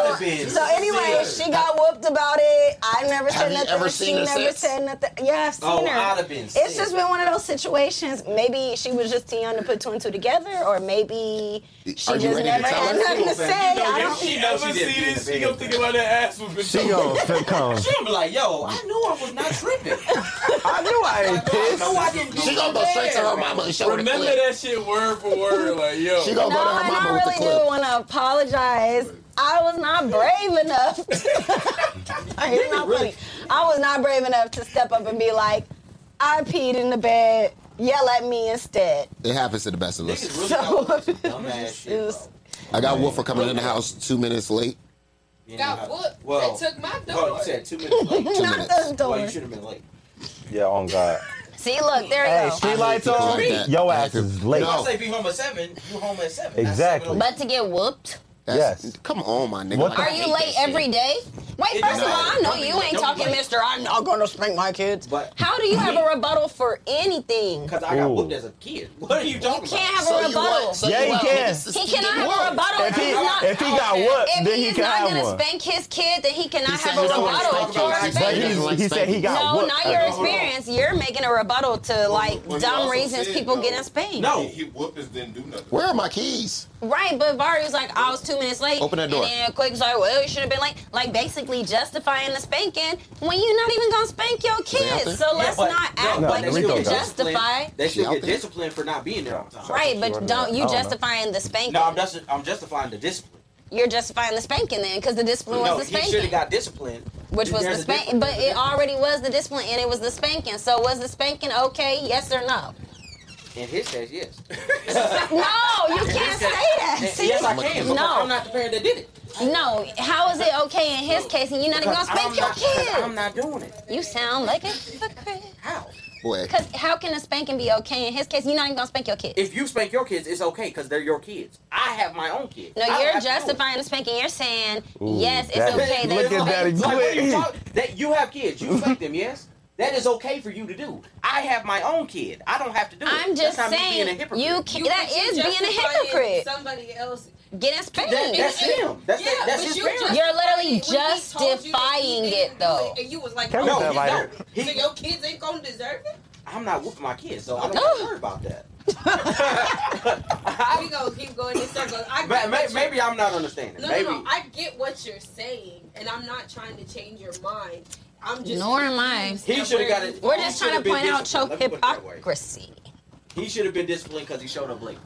know. would've been so anyway, scared. she got whooped about it. I never Have said you nothing. ever she seen her never since? said nothing. Yeah, I've seen Oh, her. I'd have been it's sick. just been one of those situations. Maybe she was just too young to put two and two together, or maybe she Are you ready just to never tell had her? nothing to Fam, say. you know I that don't. If she She knows ever she did see pee in this, the she bed. gonna think about that ass whooping. She gonna come. She'll be like, yo, I knew I was not tripping. oh, I knew I ain't I know I pissed. didn't do She gonna go bad. straight to her mama and show her the Remember clip. that shit word for word, like yo. She gonna No, go to her and I mama with the really clip. do want to apologize. I was not brave enough. it's not funny. I was not brave enough to step up and be like, I peed in the bed. Yell at me instead. It happens to the best of us. Niggas really So- got on some dumbass shit, It was- bro. I got Wolfer coming in the house two minutes late. You Got know, whooped. Well, they took my well, door. you said two minutes late. Two Not minutes. the well, door. you should have been late. Yeah, on God. See, look, there Hey, you go. street lights people on. like that. Your I ass hate is people. late. If I No. say be home at seven, you home at seven. Exactly. That's But to get whooped? That's- Yes. Come on, my nigga. What Like, the- I Are you hate late that every shit. day? Wait, It first of don't- all, I know don't be you late, ain't don't be talking, late. Mister. I'm not gonna spank my kids. But- how do you have a rebuttal for anything? because I got Ooh. whooped as a kid. What are you talking Can't about? have So a you rebuttal. want- so Yeah, you he want can. niggas to He get cannot have whooped. a rebuttal If if he he's not. if he got whooped, If then he he is can not have gonna one. spank his kid, then he cannot He have said a he don't wanna rebuttal spank for him. He But He spanking. doesn't he, like he said he spanking. got No, whooped. not as your a- experience. You're making a rebuttal to like Well, he dumb also reasons said, people though, getting spanked. He, he whooped us, didn't do nothing. Where are my keys? Right, but Vari was like, I was two minutes late. Open that door. And then Quick was like, well, you should have been late. Like, basically justifying the spanking when you're not even going to spank your there? kids. So let's but- not no, act but like they no, you Rico can got it. justify. They She should out get there? disciplined for not being there on time. Right, but I don't you don't know. justifying the spanking. No, I'm just I'm justifying the discipline. You're justifying the spanking then because the discipline no, was the he should spanking. have got disciplined. which was the There's a spanking, difference. but it already was the discipline and it was the spanking. So was the spanking okay? Yes or no? In his case, yes. No, you can't say that. See? yes, I can. No. No, I'm not the parent that did it. No, how is it okay in his case and you're not even gonna spank I'm your not, 'cause I'm kids? not doing it. You sound like a hypocrite. How? Boy, Cause how can a spanking be okay in his case? You're not even gonna spank your kid. If you spank your kids, it's okay because they're your kids. I have my own kids. No, I don't you're have to do it. justifying the spanking. You're saying Ooh, yes, it's that- okay. That look you at that spanked- ex- Like, what are you Quit. talk- that you have kids, you spank them, yes. That is okay for you to do. I have my own kid. I don't have to do it. I'm just That's not me saying being a hypocrite. you can. You- that but you is being a justifying hypocrite. Somebody else. Getting That- spanked. that's him. That's Yeah, that's but his you parents. just- You're literally when he told you that he justifying didn't it, do though. And you was like, "Oh, Can we no, tell he by- don't. He- So your kids ain't gonna deserve it. I'm not whooping my kids, so I don't have to worry about that. we gonna keep going in circles. I Ma- get ma- what you- maybe I'm not understanding. no, maybe. no, no. I get what you're saying, and I'm not trying to change your mind. I'm just. Nor am I. confused He at should have where got you- it. We're just He trying to should've point been out disciplined. choke Let me put it that way. hypocrisy, He should have been disciplined because he showed up late.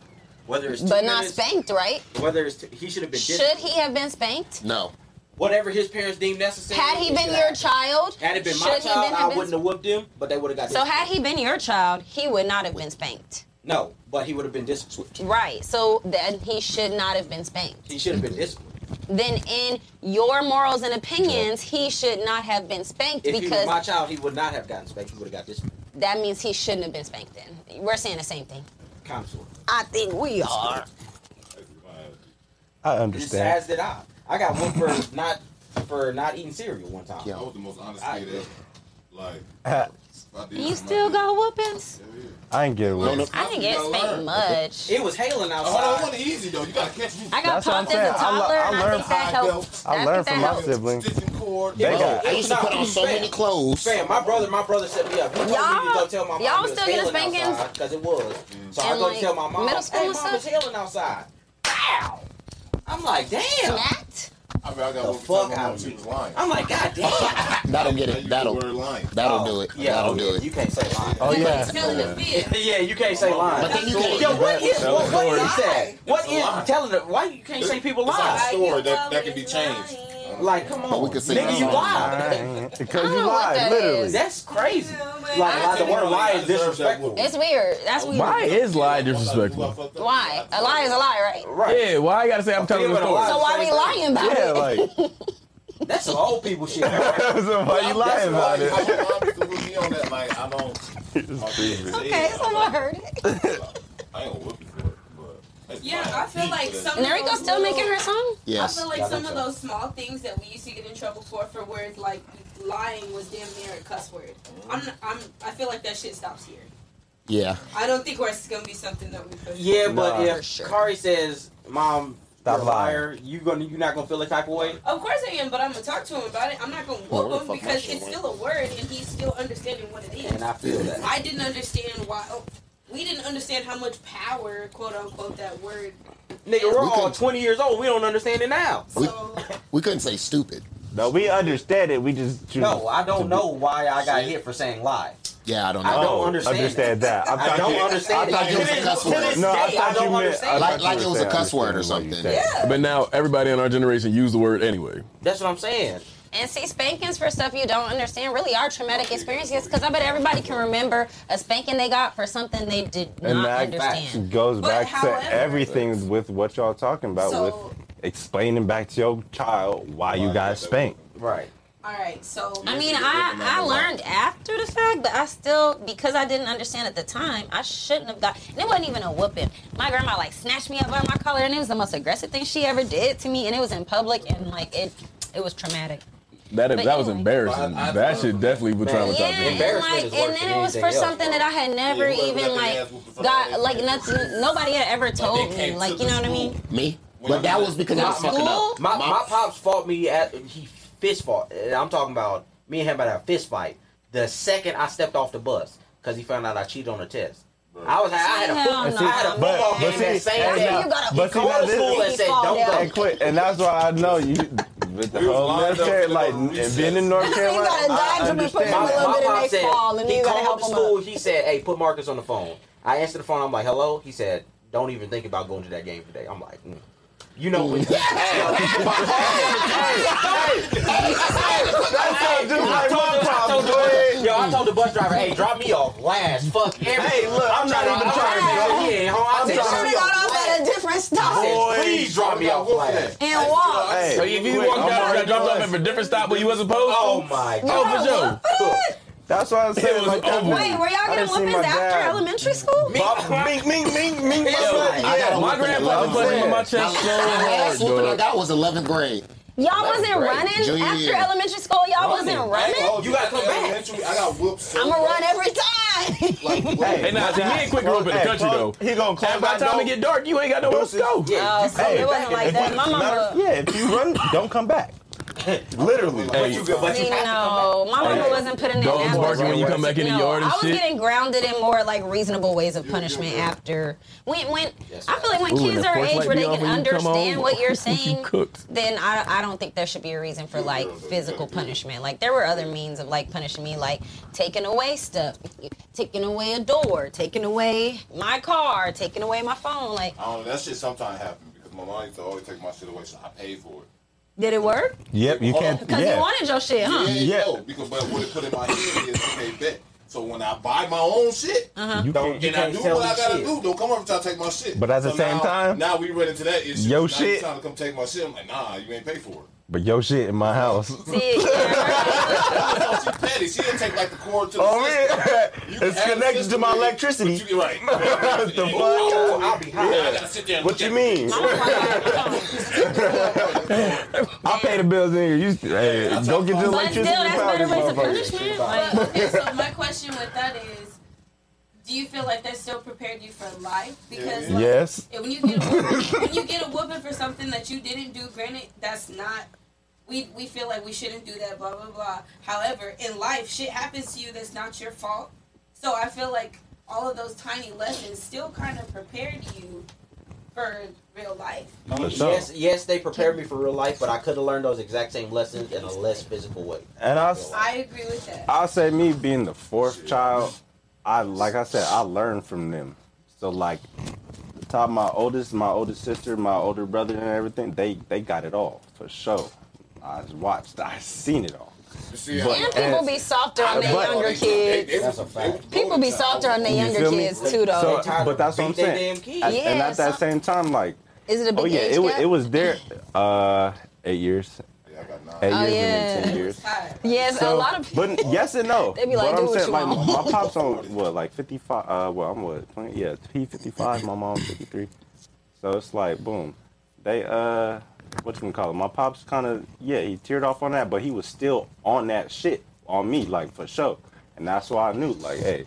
Whether it's two but not minutes, spanked, right? Whether it's two, he should have been Should disciplined. he have been spanked? no. Whatever his parents deemed necessary. Had he been should your have- child, Had it been my should he child, been- I been- wouldn't have whooped him, but they would have got. So had disciplined. he been your child, he would not have been spanked. No, but he would have been disciplined. Right. So then he should not have been spanked. He should have been disciplined. Then in your morals and opinions, he should not have been spanked If he was my because child, he would not have gotten spanked. He would have got disciplined. that means he shouldn't have been spanked then. We're saying the same thing. Consort. I think we are. I It's understand. as did I. I got one for not for not eating cereal one time. Yeah. That was the most honest I- kid ever. Like, I I did You something still like got whoopings? that. Yeah, yeah. ain't get No, no. it. I didn't get You gotta spanked learn. much. It was hailing Oh, Hold on, it outside. wasn't easy though. You gotta catch me. I got That's what I'm popped as a saying. I lo- toddler, I and I learned- think that I helped. I I learned think that from my helped. siblings. Stitching cord. They Bro, got- I used to put on so many clothes. Fam, my brother, my brother set me up. He told me to go Y'all- tell my mom y'all it was still getting spankings? because it was. So I And, go like, tell my mom, middle school hey, and mom, it's stuff? hailing outside. Wow. I'm like, damn. Smacked? I mean, I got The what fuck we're talking out about of too. me. Lying. I'm like, God damn. That'll get Now it. you That'll word lying. that'll Oh, do it. Yeah, that'll oh, do yeah. it. You can't say lying. Oh yeah. Telling the fib. yeah, you can't say lying. But then you can't- Yo, what is Tell what, a what story. is that? What It's a is lie. telling the why you can't say people It's like a lie? story that, that can be changed. Like, come on, But we can say nigga, you lying. lie. Because I you don't know what lied, that literally. is. That's crazy. Yeah, Like, but like the I- word lie is disrespectful. It's weird. That's weird. Why Why is lie Who I disrespectful? fucked up? Why? A lie is a lie, right? Right. Yeah, why I gotta say I'm telling Feel the it story? So why we lying about Yeah, it? like That's some old people shit. right? so why you lying about That's it? why I'm honest with me on that. Like, I don't. okay, someone heard it. I ain't gonna whoop you for it, but. that's Yeah, lying. I feel like some. And there of go those still little- making her song. Yes. I feel Yeah, I like some think of so. those small things that we used to get in trouble for, for words like lying was damn near a cuss word. I'm, I'm, I feel like that shit stops here. Yeah. I don't think it's gonna be something that we push. Yeah, but Nah. if For sure. Kari says, "Mom, Stop you're a liar," you gonna you not gonna feel the type of way. Of course I am, but I'm gonna talk to him about it. I'm not gonna Well, whoop where the him fuck my because shit it's went? still a word and he's still understanding what it is. And I feel that. I didn't understand why. Oh, we didn't understand how much power, quote unquote, that word. Nigga, we're We all could- 20 years old. We don't understand it now. We- So We couldn't say stupid. No, we understand it. We just choose. No, I don't know why I got Shit. hit for saying lie. Yeah, I don't know. I don't Oh, understand Understand that. I'm I talking- don't I understand thought you was a it. cuss To word. this No, I day, thought I you don't meant uh, I understand Like- thought you like were it was a saying cuss word or understand what you something. said. But now everybody in our generation use the word anyway. That's what I'm saying. And see, spankings for stuff you don't understand really are traumatic experiences because I bet everybody can remember a spanking they got for something they did And not that understand. goes But back however- to everything with what y'all talking about So- with explaining back to your child why you guys spank. Right. all right, so I mean, I, I learned after the fact, but I still, because I didn't understand at the time, I shouldn't have got, and it wasn't even a whooping. My grandma, like, snatched me up by my collar, and it was the most aggressive thing she ever did to me, and it was in public, and, like, it it was traumatic. That But that was anyway. embarrassing. I- I- that shit definitely would Man, traumatize Yeah, me. and Embarrassment like, is and worse than then it was for anything else, something bro. that I had never Yeah, you even would've got your like ass whooped in front of got all like these kids. nothing. Nobody had ever told came me, to like the you know what I mean? Me? When But you that was- was because I was In fucking up. school, My, My- my pops fought me at he fist fought. And I'm talking about me and him about a fist fight. The second I stepped off the bus because he found out I cheated on a test. I was I had a Hell football, no. I had a But- football but game that see, same and day. now- You gotta but see, go now to this- school and say, fall "Don't go." down. And quit. And that's why I know you. With the We was whole lined North up Carolina, for like the and being in North You Carolina, gotta I dodge 'em and put 'em understand. a my, that. little my bit and pop they said fall, and he you gotta called help the them school. up. He said, "Hey, put Marcus on the phone." I answered the phone. I'm like, "Hello." He said, "Don't even think about going to that game today." I'm like, mm. "You know what?" That's how dudes like my I told pops the play. bus, yo, I told the bus driver, "Hey, drop me off last." Fuck everything. Hey, look, I'm not even trying to I'm go. not even home. I I'm said, trying to "Drop me Should've got off off at a last." different I stop said, "Please drop me off last." and walk. Hey, So if you quit. walked I'm out already and dropped going. off at a different stop where you wasn't supposed to, Oh my You god. got for sure. whooped? That's why I It said was like that. over. Wait, were y'all I done getting seen whoopings my after dad. elementary school? Mink, mink, mink, mink, my Yo, son. I got Yeah, My whooping at grandfather 11th put me in grade. my chest so My hard, last whooping I dog. got was 11th grade. Y'all wasn't running Junior after year. elementary school. Y'all wasn't running. You gotta come back. Elementary, I got whooped so I'ma run bad. every time. Like, Hey, hey, And now, see, he ain't quick to Close- open the hey, country, though. close- He gonna close And by that the time door. it get dark, you ain't got nowhere else to go. Yeah, Oh, you so come it back wasn't and- like that. My Matter of- mama. yeah, if you run, don't come back. Literally. But you good, but you have to come No, my mama Hey, wasn't putting in Dogs hours. barking when you come back in the No, yard and I was shit. getting grounded in more like reasonable ways of punishment after when when I feel like when Ooh, and kids the are porch age light where be they off can when you come understand home. what you're You saying, cooked. then I I don't think there should be a reason for like physical punishment. Like there were other means of like punishing me, like taking away stuff, taking away a door, taking away my car, taking away my phone. Like I don't know, that shit sometimes happen because my mom used to always take my shit away, so I paid for it. did it work? Yep, you can't. Because you Yeah. wanted your shit, huh? Yeah, Yeah. no, because but what it put in my head is okay, bet. So when I buy my own shit, Uh-huh. You Don't- can't. then I can't do tell what I me gotta shit. do. Don't come over and try to take my shit. But at the So same now- time- now we run into that issue. Yo now You shit. trying to come take my shit? I'm like, nah, you ain't pay for it. But your shit in my house. See, yeah. Oh, she petty. She didn't take like the cord to the Oh system. man, You can it's add a connected to system my in, electricity. but you- Right. What the Oh, fuck? I'll be hot. I gotta sit there and What look you at mean? I pay the bills in here. You hey, go get the But electricity. still, that's power better this ways motherfucker. of punishment. Like, But, okay, so my question with that is, do you feel like that still prepared you for life? Because like, Yes. And when you get a whooping, when you get a whooping for something that you didn't do, granted, that's not. We we feel like we shouldn't do that. Blah blah blah. However, in life, shit happens to you that's not your fault. So I feel like all of those tiny lessons still kind of prepared you for real life. For sure. Yes, yes, they prepared me for real life, but I could have learned those exact same lessons in a less physical way. And I, I agree with that. I'll say me being the fourth child, I like I said, I learned from them. So like the top my oldest, my oldest sister, my older brother and everything, they they got it all for sure. I just watched, I seen it all. See, But- And people be softer on their But- younger They- kids. they- That's a fact. People be softer on their You younger feel me? kids too, though. So, but that's what I'm Beat they saying. damn kids. At- and Yeah, at that so- same time, like, Is it a big oh yeah, age it was gap? it was there, uh, eight years, Yeah, I got nine. eight Oh, years and then yeah. ten years. Tired. Yes, a So, lot of people. But yes and no. They be like, but "Do what you like, want." my pops on what, like fifty five? Uh, well, I'm what? 20, yeah, he fifty five. My mom fifty three. So it's like, boom. They uh, what you gonna call it? My pops kind of yeah, he teared off on that, but he was still on that shit on me, like for sure. And that's why I knew, like, hey,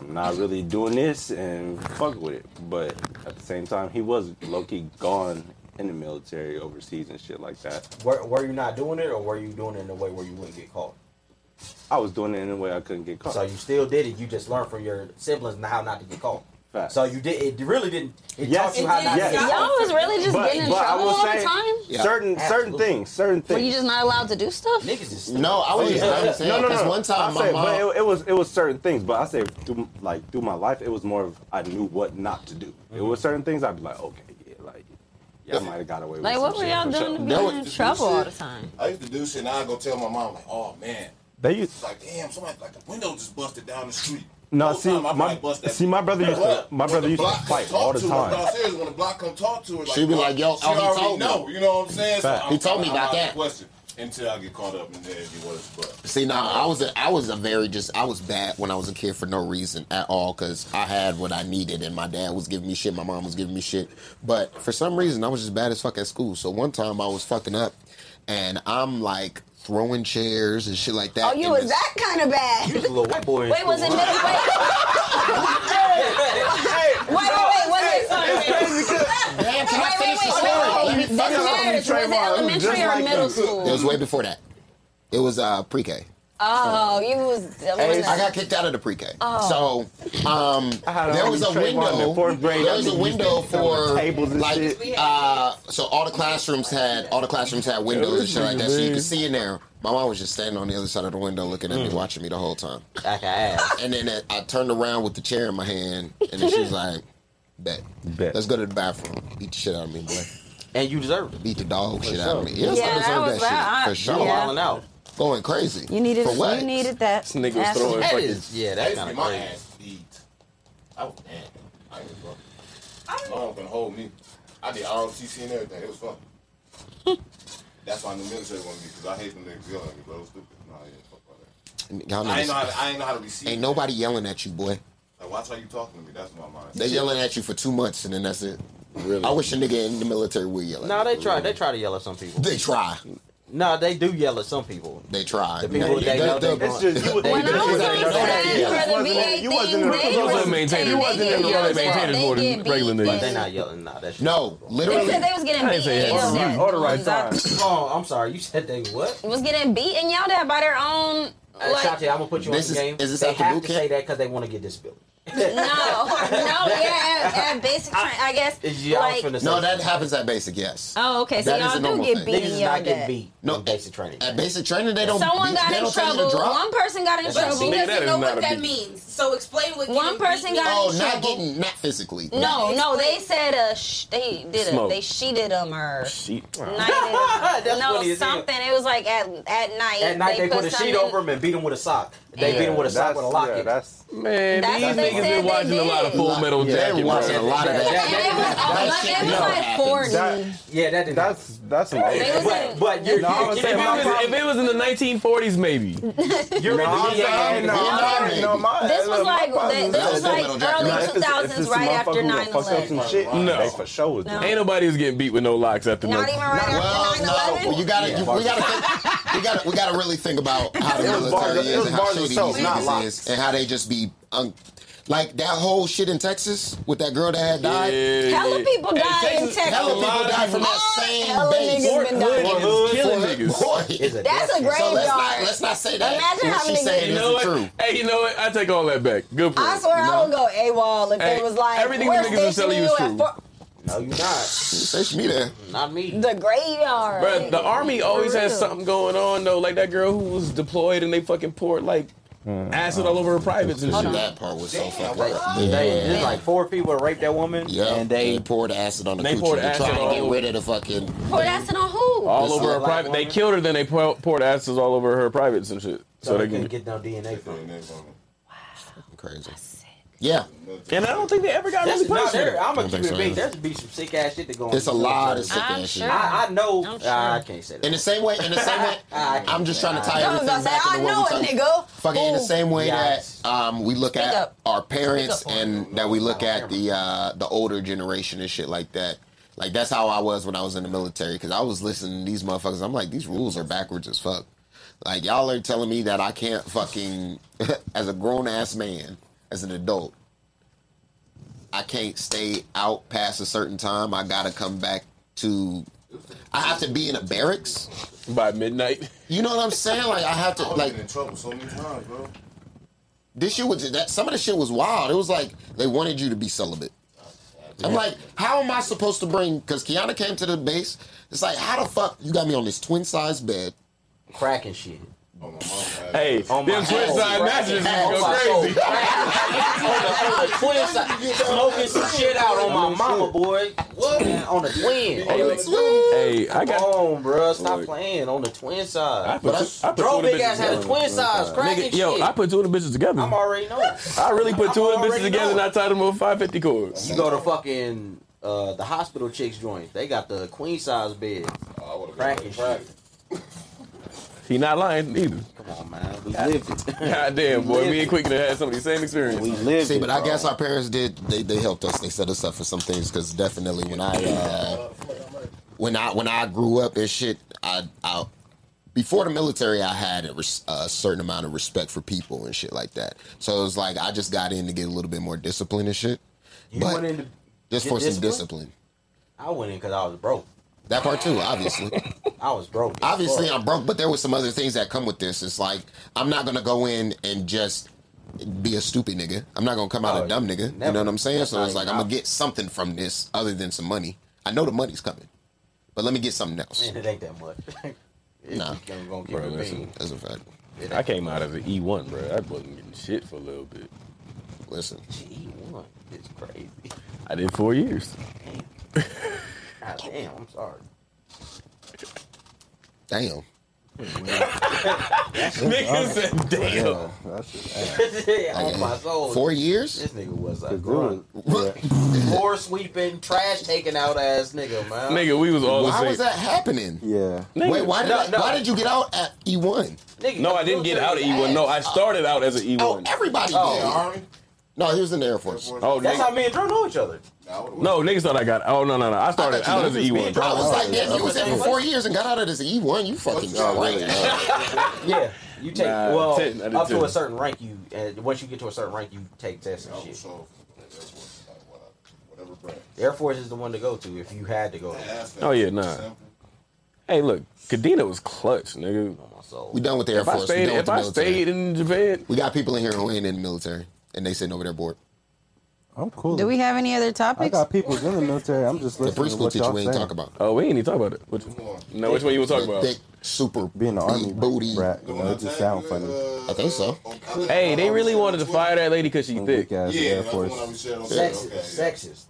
I'm not really doing this and fuck with it. But at the same time, he was low key gone in the military overseas and shit like that. Were, were you not doing it, or were you doing it in a way where you wouldn't get caught? I was doing it in a way I couldn't get caught. So you still did it. You just learned from your siblings and how not to get caught. Facts. So you did. It really didn't. It Yes. taught you how It not to didn't get Yes. Y'all caught. was really just But- getting in but I trouble will all the say- time? Yeah. Certain certain Absolutely. things, certain Were things. you just not allowed to do stuff? Niggas is stupid. No, I was just Yeah. I'm saying, no, no, 'cause no. one time I my said, mom, but it, it was it was certain things. But I say through like through my life, it was more of I knew what not to do. Mm-hmm. It was certain things I'd be like, okay, yeah, like yeah, I might have got away with. Like, some what were shit y'all for doing to Sure. be That was in just trouble bullshit. all the time? I used to do shit, and I go tell my mom like, "Oh man, They used it's like damn, somebody like the window just busted down the street." no Whole see time I my like, bust that- see my brother used to What? my When brother the used to block fight come all talk the to her time. downstairs, when the block come talk to her, like, She be like, yo, she oh, he already told me. know, you know what I'm saying? Fact. I'm He told me kinda about out of the that. question until I get caught up and then it was, but See, now I was a, I was a very just I was bad when I was a kid for no reason at all because I had what I needed and my dad was giving me shit, my mom was giving me shit, but for some reason I was just bad as fuck at school. So one time I was fucking up, and I'm like throwing chairs and shit like that. Oh, you in was the- that kind of bad. You was a little white boy. in Wait, was it school. middle? Wait, wait, wait, was it? Damn, Wait, can I wait, finish the wait, story? wait, Let me wait, finish. This matters. Was it elementary or middle school? It was way before that. It was uh, pre-K. Oh, you was. that was- I got kicked out of the pre-K. Oh. So um, had there all was these a Trayvon window. in fourth grade. There was a Y'all niggas window used to throw for tables and like shit. uh, so all the classrooms had all the classrooms had windows and shit like that, so you could see in there. My mom was just standing on the other side of the window, looking at Mm. me, watching me the whole time. Like I asked. And then uh, I turned around with the chair in my hand, and then she was like, "Bet, Bet. let's go to the bathroom, beat the shit out of me, boy, And you deserved it. beat the dog shit out of me." Yeah, Yeah, I that deserve that shit was bad. I- for You sure. were Yeah. wilding out. Going crazy. You needed. for what? You needed that. This nigga was Asshole. throwing That fucking. is- Yeah, I that's used to kind get of my crazy. ass beat. I was mad. I ain't fucking. My mom couldn't hold me. I did ROTC and everything. It was fun. That's why I knew military wanted me because I hate them niggas yelling at me, bro. It was stupid. Nah, yeah, fuck all that. Y'all I ain't know niggas, how to, I ain't know how to receive. ain't that. nobody yelling at you, boy. Like, watch how you talking to me. That's my mind. They yelling at you for two months and then that's it. Really? I wish a nigga in the military would yell. At No, me. they try. They try to yell at some people. They try. No, they do yell at some people. They try. The people They- they they- know they they- going- It's just you. When I was They- they- on they- set for the they- VA you wasn't thing, in- they you was wasn't maintained- they you wasn't get in the yelled road maintainers at. more They than get beat regular niggas. But they then. not yelling. Nah, that's No, They literally. said they was getting I beat ain't and say it. yelled at. All the right Was I- time. Oh, I'm sorry. You said they what? It was getting beat and yelled at by their own. Hey, Like, Shanti, I'm gonna put you on This the is- game. is this they after have boot to camp? say that because they want to get disability. no, no, yeah, at, at basic train, I guess. Yeah, I was like, finna say no, that happens at basic, yes. oh, okay, so That is a y'all do normal get thing. beat Niggas and is yelled not getting at. beat No, in basic training. At basic training, they don't. Someone beat- got they in don't tell you to trouble. drop. One person got in That's not trouble. He Nigga, doesn't that is know not what a beat. that means. So explain what One getting person beat got- means. Oh, not trouble. getting not physically. No, no, they said uh, sh- they did a, Smoke. they sheeted them or She, knighted 'em. That's no funny as hell. something. It was like at at night. At night, they, put a sheet something- over them and beat them with a sock. They beat them with a sock with a locket. Yeah, that's Man, That's these what niggas they said been they watching a lot of did. Full Metal Yeah, Jacket. they're watching a bro. lot of That- that. And it was, That like, shit it was never like happens. forty. that yeah, that didn't. that's that's an They was old. but but you're, No, I was you're, If saying it my was- problem- If it was in the 1940s, maybe. you're, No, I'm saying, no, I'm saying, no, my- This was look, my like problem the, is this that was was like Full Metal Jacket. Nah, early if it's- two if it's thousands, a right motherfucker after who done 9-11. fucked up some shit, No. They for sure was doing No. it. Ain't nobody was getting beat with no locks after Not no. even right Well, after 9-11? no, you gotta, you, we gotta, think, we gotta, we gotta really think about how the It was bars- military it is was and how bars shady and these soap, not niggas locks. is, and how they just be, un- like that whole shit in Texas with that girl that had died. Hella people died in Texas. Hella A lot people of died from that people- same Hella base. niggas been dying. Hood is killing Boy, niggas. boy. a That's So death a let's not, graveyard. let's not say that. Imagine what how she's many saying You know isn't what? true. Hey, you know what? I take all that back. Good for I you. swear You I would know? go AWOL if Hey, they was like, everything we're the niggas was stationing telling you you is at true. Fort- No, you not. That's me there. Not me. The graveyard. Bruh, the army For always has real. something going on though. Like that girl who was deployed and they fucking poured like Mm. acid all over her privates and Hold shit. on. That part was so fucked Like, up. They, Yeah. there's like four people that raped that woman, Yeah, and they poured acid on the They coochie. poured They acid tried all to get over- rid of the fucking. Pour acid on who? All This over is her a black private. They woman. killed her, then they pour, poured acids all over her privates and shit. so they can. couldn't get no DNA from. it. Crazy. Yeah, And I don't think they ever got That's really not punished. there. I'm gonna Don't keep think it so big. either. There's be some sick ass shit that going. it's a lot of sick I'm ass sure. shit. I, I know. I'm i sure. I can't say that. In the same way, in the same way, I I'm just trying to tie I was everything gonna say, back I into what know we a talking- nigga. Fucking in the same way Yikes. that um, we look Pick at up. our parents Pick up. and that we look at the uh, the older generation and shit like that. Like that's how I was when I was in the military because I was listening to these motherfuckers. I'm like, these rules are backwards as fuck. Like y'all are telling me that I can't fucking as a grown ass man, as an adult, I can't stay out past a certain time. I gotta come back to. I have to be in a barracks. By midnight. You know what I'm saying? Like I have to like in trouble so many times, bro. this shit was that some of the shit was wild. It was like they wanted you to be celibate. I'm like, how am I supposed to bring? Because Kiana came to the base. It's like, how the fuck you got me on this twin size bed? cracking shit. Oh, my mom. Hey, Oh my them twist God. Oh side matches go crazy. on the twin side, smoking some shit out on my mama, boy. What? on the Hey, twin. Come look, hey, I got. on, bro. Stop Look. playing on the twin I side. put, I- two, I put two Bro, of the big ass bitches had a together. twin size cracking Nigga, yo, shit. I put two of the bitches together. I'm already know. I really put I'm two of the bitches already together and know. I tied them with 550 cords. You go to fucking uh, the hospital chicks joint. They got the queen size bed. Oh, I would have Cracking shit. He not lying either. Come on, man. We lived it. God damn, boy. Me Lived and Quick done had some of the same we experience. lived See, it. but I guess our parents did. They, they helped us. They set us up for some things because definitely when I uh, when I when I grew up and shit, I, I before the military, I had a, res- a certain amount of respect for people and shit like that. So it was like I just got in to get a little bit more discipline and shit. you but went into just get for some discipline. I went in because I was broke. That part too, obviously. I was broke. as obviously, fuck. I'm broke, but there was some other things that come with this. It's like I'm not gonna go in and just be a stupid nigga. I'm not gonna come out Oh, a dumb nigga. You never. know what I'm saying? That's So not it's like even I'm an gonna get something from this other than some money. I know the money's coming, but let me get something else. Man, it ain't that much. It- Nah. I'm gonna keep Bro, it listen. being. That's a fact. I came out as an E1, bro. I wasn't getting shit for a little bit. Listen, Gee, one. It's crazy. I did four years. God damn, I'm sorry. damn. Nigga said, damn. Yeah, that's just, hey, On oh my soul. Four years? This nigga was a it's good. grunt. floor sweeping, trash taking out ass nigga, man. Nigga, we was all the Why same. was that happening? Yeah. Nigga. Wait, why did Oh, No, I, no. why did you get out at E E1? Nigga, No, the I didn't get filter out of is E1. ass. No, I started out as E an E1. Oh, everybody did. Yeah, Army. No, he was in the Air Force. Oh, That's nigga. how me and Drew know each other. No, niggas thought I got. Oh no, no, no! I started I out thought as E you an E1. I was like, yeah. damn, you was there for four years and got out of this E1. You fucking crazy. Yeah, you take Nah, well ten, I did up to ten. a certain rank. You uh, once you get to a certain rank, you take tests and shit. Whatever brand. Air Force is the one to go to if you had to go. To. Oh, yeah, nah. Hey, look, Kadena was clutch, nigga. On Oh, my soul. We done with the Air If I Force. we stayed, done with if the I military. stayed in Japan, we got people in here who ain't in the military, and they sitting over there bored. I'm cool. Do we have any other I topics? got people in the military. I'm just The listening to preschool what teacher y'all we saying. ain't talk about. oh, we ain't even talk about it. Which, no, which one you want to talk The about? Thick, super Being an big army booty. brat, you know, it just sound funny. I think so. Hey, they really wanted to fire that lady because she Oh, And thick. weak ass Yeah, Air that's the one I Force. was sharing on Twitter, Sexist, okay. sexist.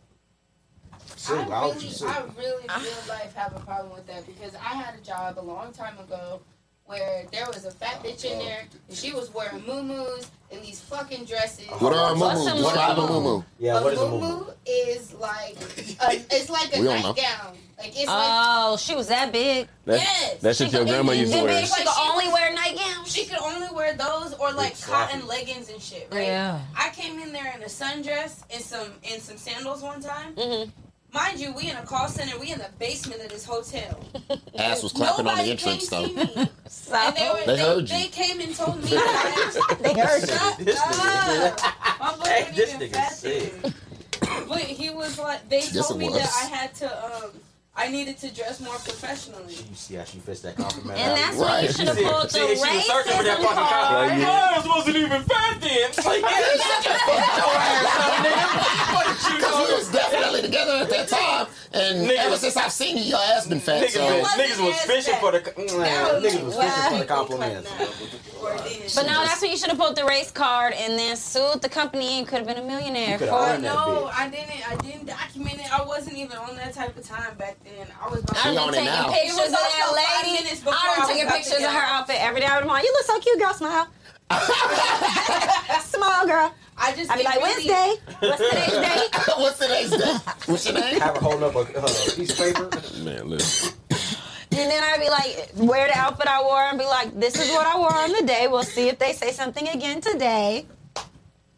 Sue, I I hope you really, sue. I really real life have a problem with that because I had a job a long time ago where there was a Oh, fat bitch in there and she was wearing muumuus and these fucking dresses. What are our Plus moo some Describe a little- moo Yeah, a what is a muumuu moo? is like a, it's like a We don't know. nightgown. Like it's like Oh, she was that big. That, Yes. that shit your grandma used to That wear. bitch like, Like, she only was- wear nightgowns. she could only wear those or like Exactly. cotton leggings and shit, right? Yeah. I came in there in a sundress and some and some sandals one time. Mhm. Mind you, we in a call center, we in the basement of this hotel. moo. Ass was clapping on the Nobody entrance came though. see me. So, And they, were, They they, heard you. they came and told me that. they heard you. Shut This nigga- up. My boy Hey, wasn't this even nigga fat sick. then. But he was like, they Yes, told it me that was. I had to, um, I needed to dress more professionally. You see how she fits that compliment? And that's what when you Right. should have She- pulled the she- she was searching for that racism fucking card. Like, yeah. I wasn't even fat then. It's Like, yeah, shut your fucking ass up, nigga. What you Because we was definitely together at that time. And Niggas- ever since I've seen you, your ass been fat. Niggas, so. was- niggas was fishing for the niggas was fishing for the compliments. But no, that's when you should have pulled the race card and then sued the company and could have been a millionaire. coulda for- earned that No, I didn't. I didn't document it. I wasn't even on that type of time back then. I was. I done been taking pictures of that lady. I done taking pictures of her outfit every day. I would want you look so cute, girl. Smile. Smile, girl. I just I'd be didn't like, really- Wednesday. What's today's date? What's today's date? What's your name? Have her hold up a uh, piece of paper. Man, listen. And then I'd be like, wear the outfit I wore and be like, this is what I wore on the day. We'll see if they say something again today.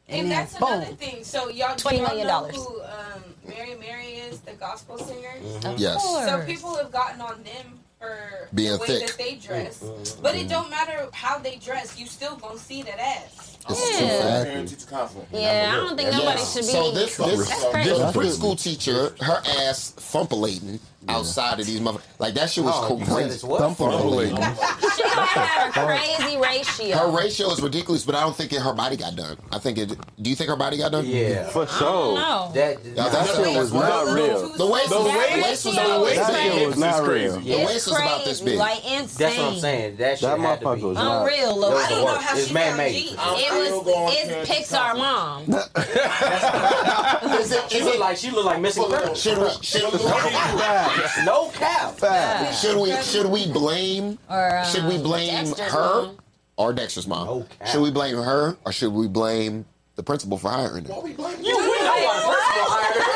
And then that's another thing. So y'all, do $20 y'all million know who um, Mary Mary is, the gospel singer? Mhm. Yes. So people have gotten on them for Being the way thick. Mm-hmm. that they dress, but it don't matter how they dress. You still gonna see that ass. It's too fat. Yeah, I don't think nobody should be. So this this, That's this, crazy. preschool teacher, her ass thumpulating outside of these motherfuckers. Like that shit was Oh, you said crazy. it's what? Thumpulating. She might have a crazy ratio. Her ratio is ridiculous, but I don't think it, her body got done. I think it. Do you think her body got done? Yeah, for No. sure. That, Now, that shit was not real. The waist, The the waist- waist was that about shit this was big. not crazy. real. The waist was about this crazy, big. like insane. That's what I'm saying. That shit That had to be. motherfucker was That not. Unreal, was Lord. the I didn't know worst. how It's she man found made. G. It was it's Pixar mom. Is it, She is looked it, like she looked like missing girl. should we should we No cap. should we should we blame Or, uh, should we blame Dexter's her mom. or Dexter's mom? No cap. Should we blame her or should we blame the principal for hiring her?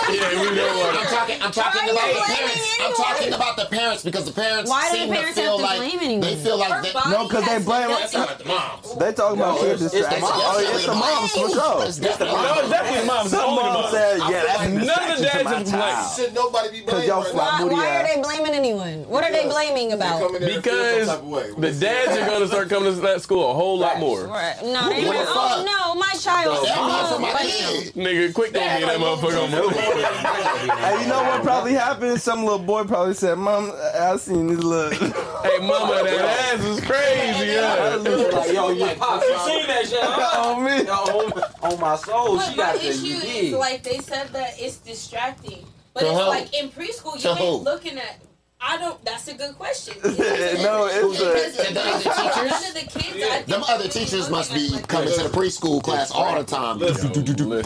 Yeah, we know what. I'm talking. I'm talking Why are you about the blaming parents. I'm anyone? talking about the parents because the parents Why do the seem parents to feel have to like blame anyone? they feel like they, body No, 'cause they has blame- nothing- Not the moms. They talking about kids it's- it's the distracting. moms. Oh, yeah, it's the moms for It's sure. definitely No, it's definitely mom's. Some Only mom mom's. said, yeah, that's None of the distraction dads to my is blamed. child. Should nobody be blamed? y'all right fly- now? Why, why Yeah. are they blaming anyone? What are they blaming They come about? in there and feel some type of way. Because the dads are going to start coming to that school a whole lot more. Right. No, they What were, the oh fuck? no, my child. that mom Oh, for my but- kid. Nigga, quick don't be that motherfucker on move. Hey, you know what probably happened? Some little boy probably said, "Mom, I seen this little." Hey, mama, that ass is crazy, yeah. Like, yo, you pop, you seen that shit? huh? oh man. Yo, on, on my soul, But she got my the issue you is dig. like they said that it's distracting, but To it's who? like in preschool To you who? ain't looking at. I don't. That's a good question. no, it's a. Because And the other none teachers, of the kids, I think them are other really teachers looking must at, be like, coming to the preschool class all the time.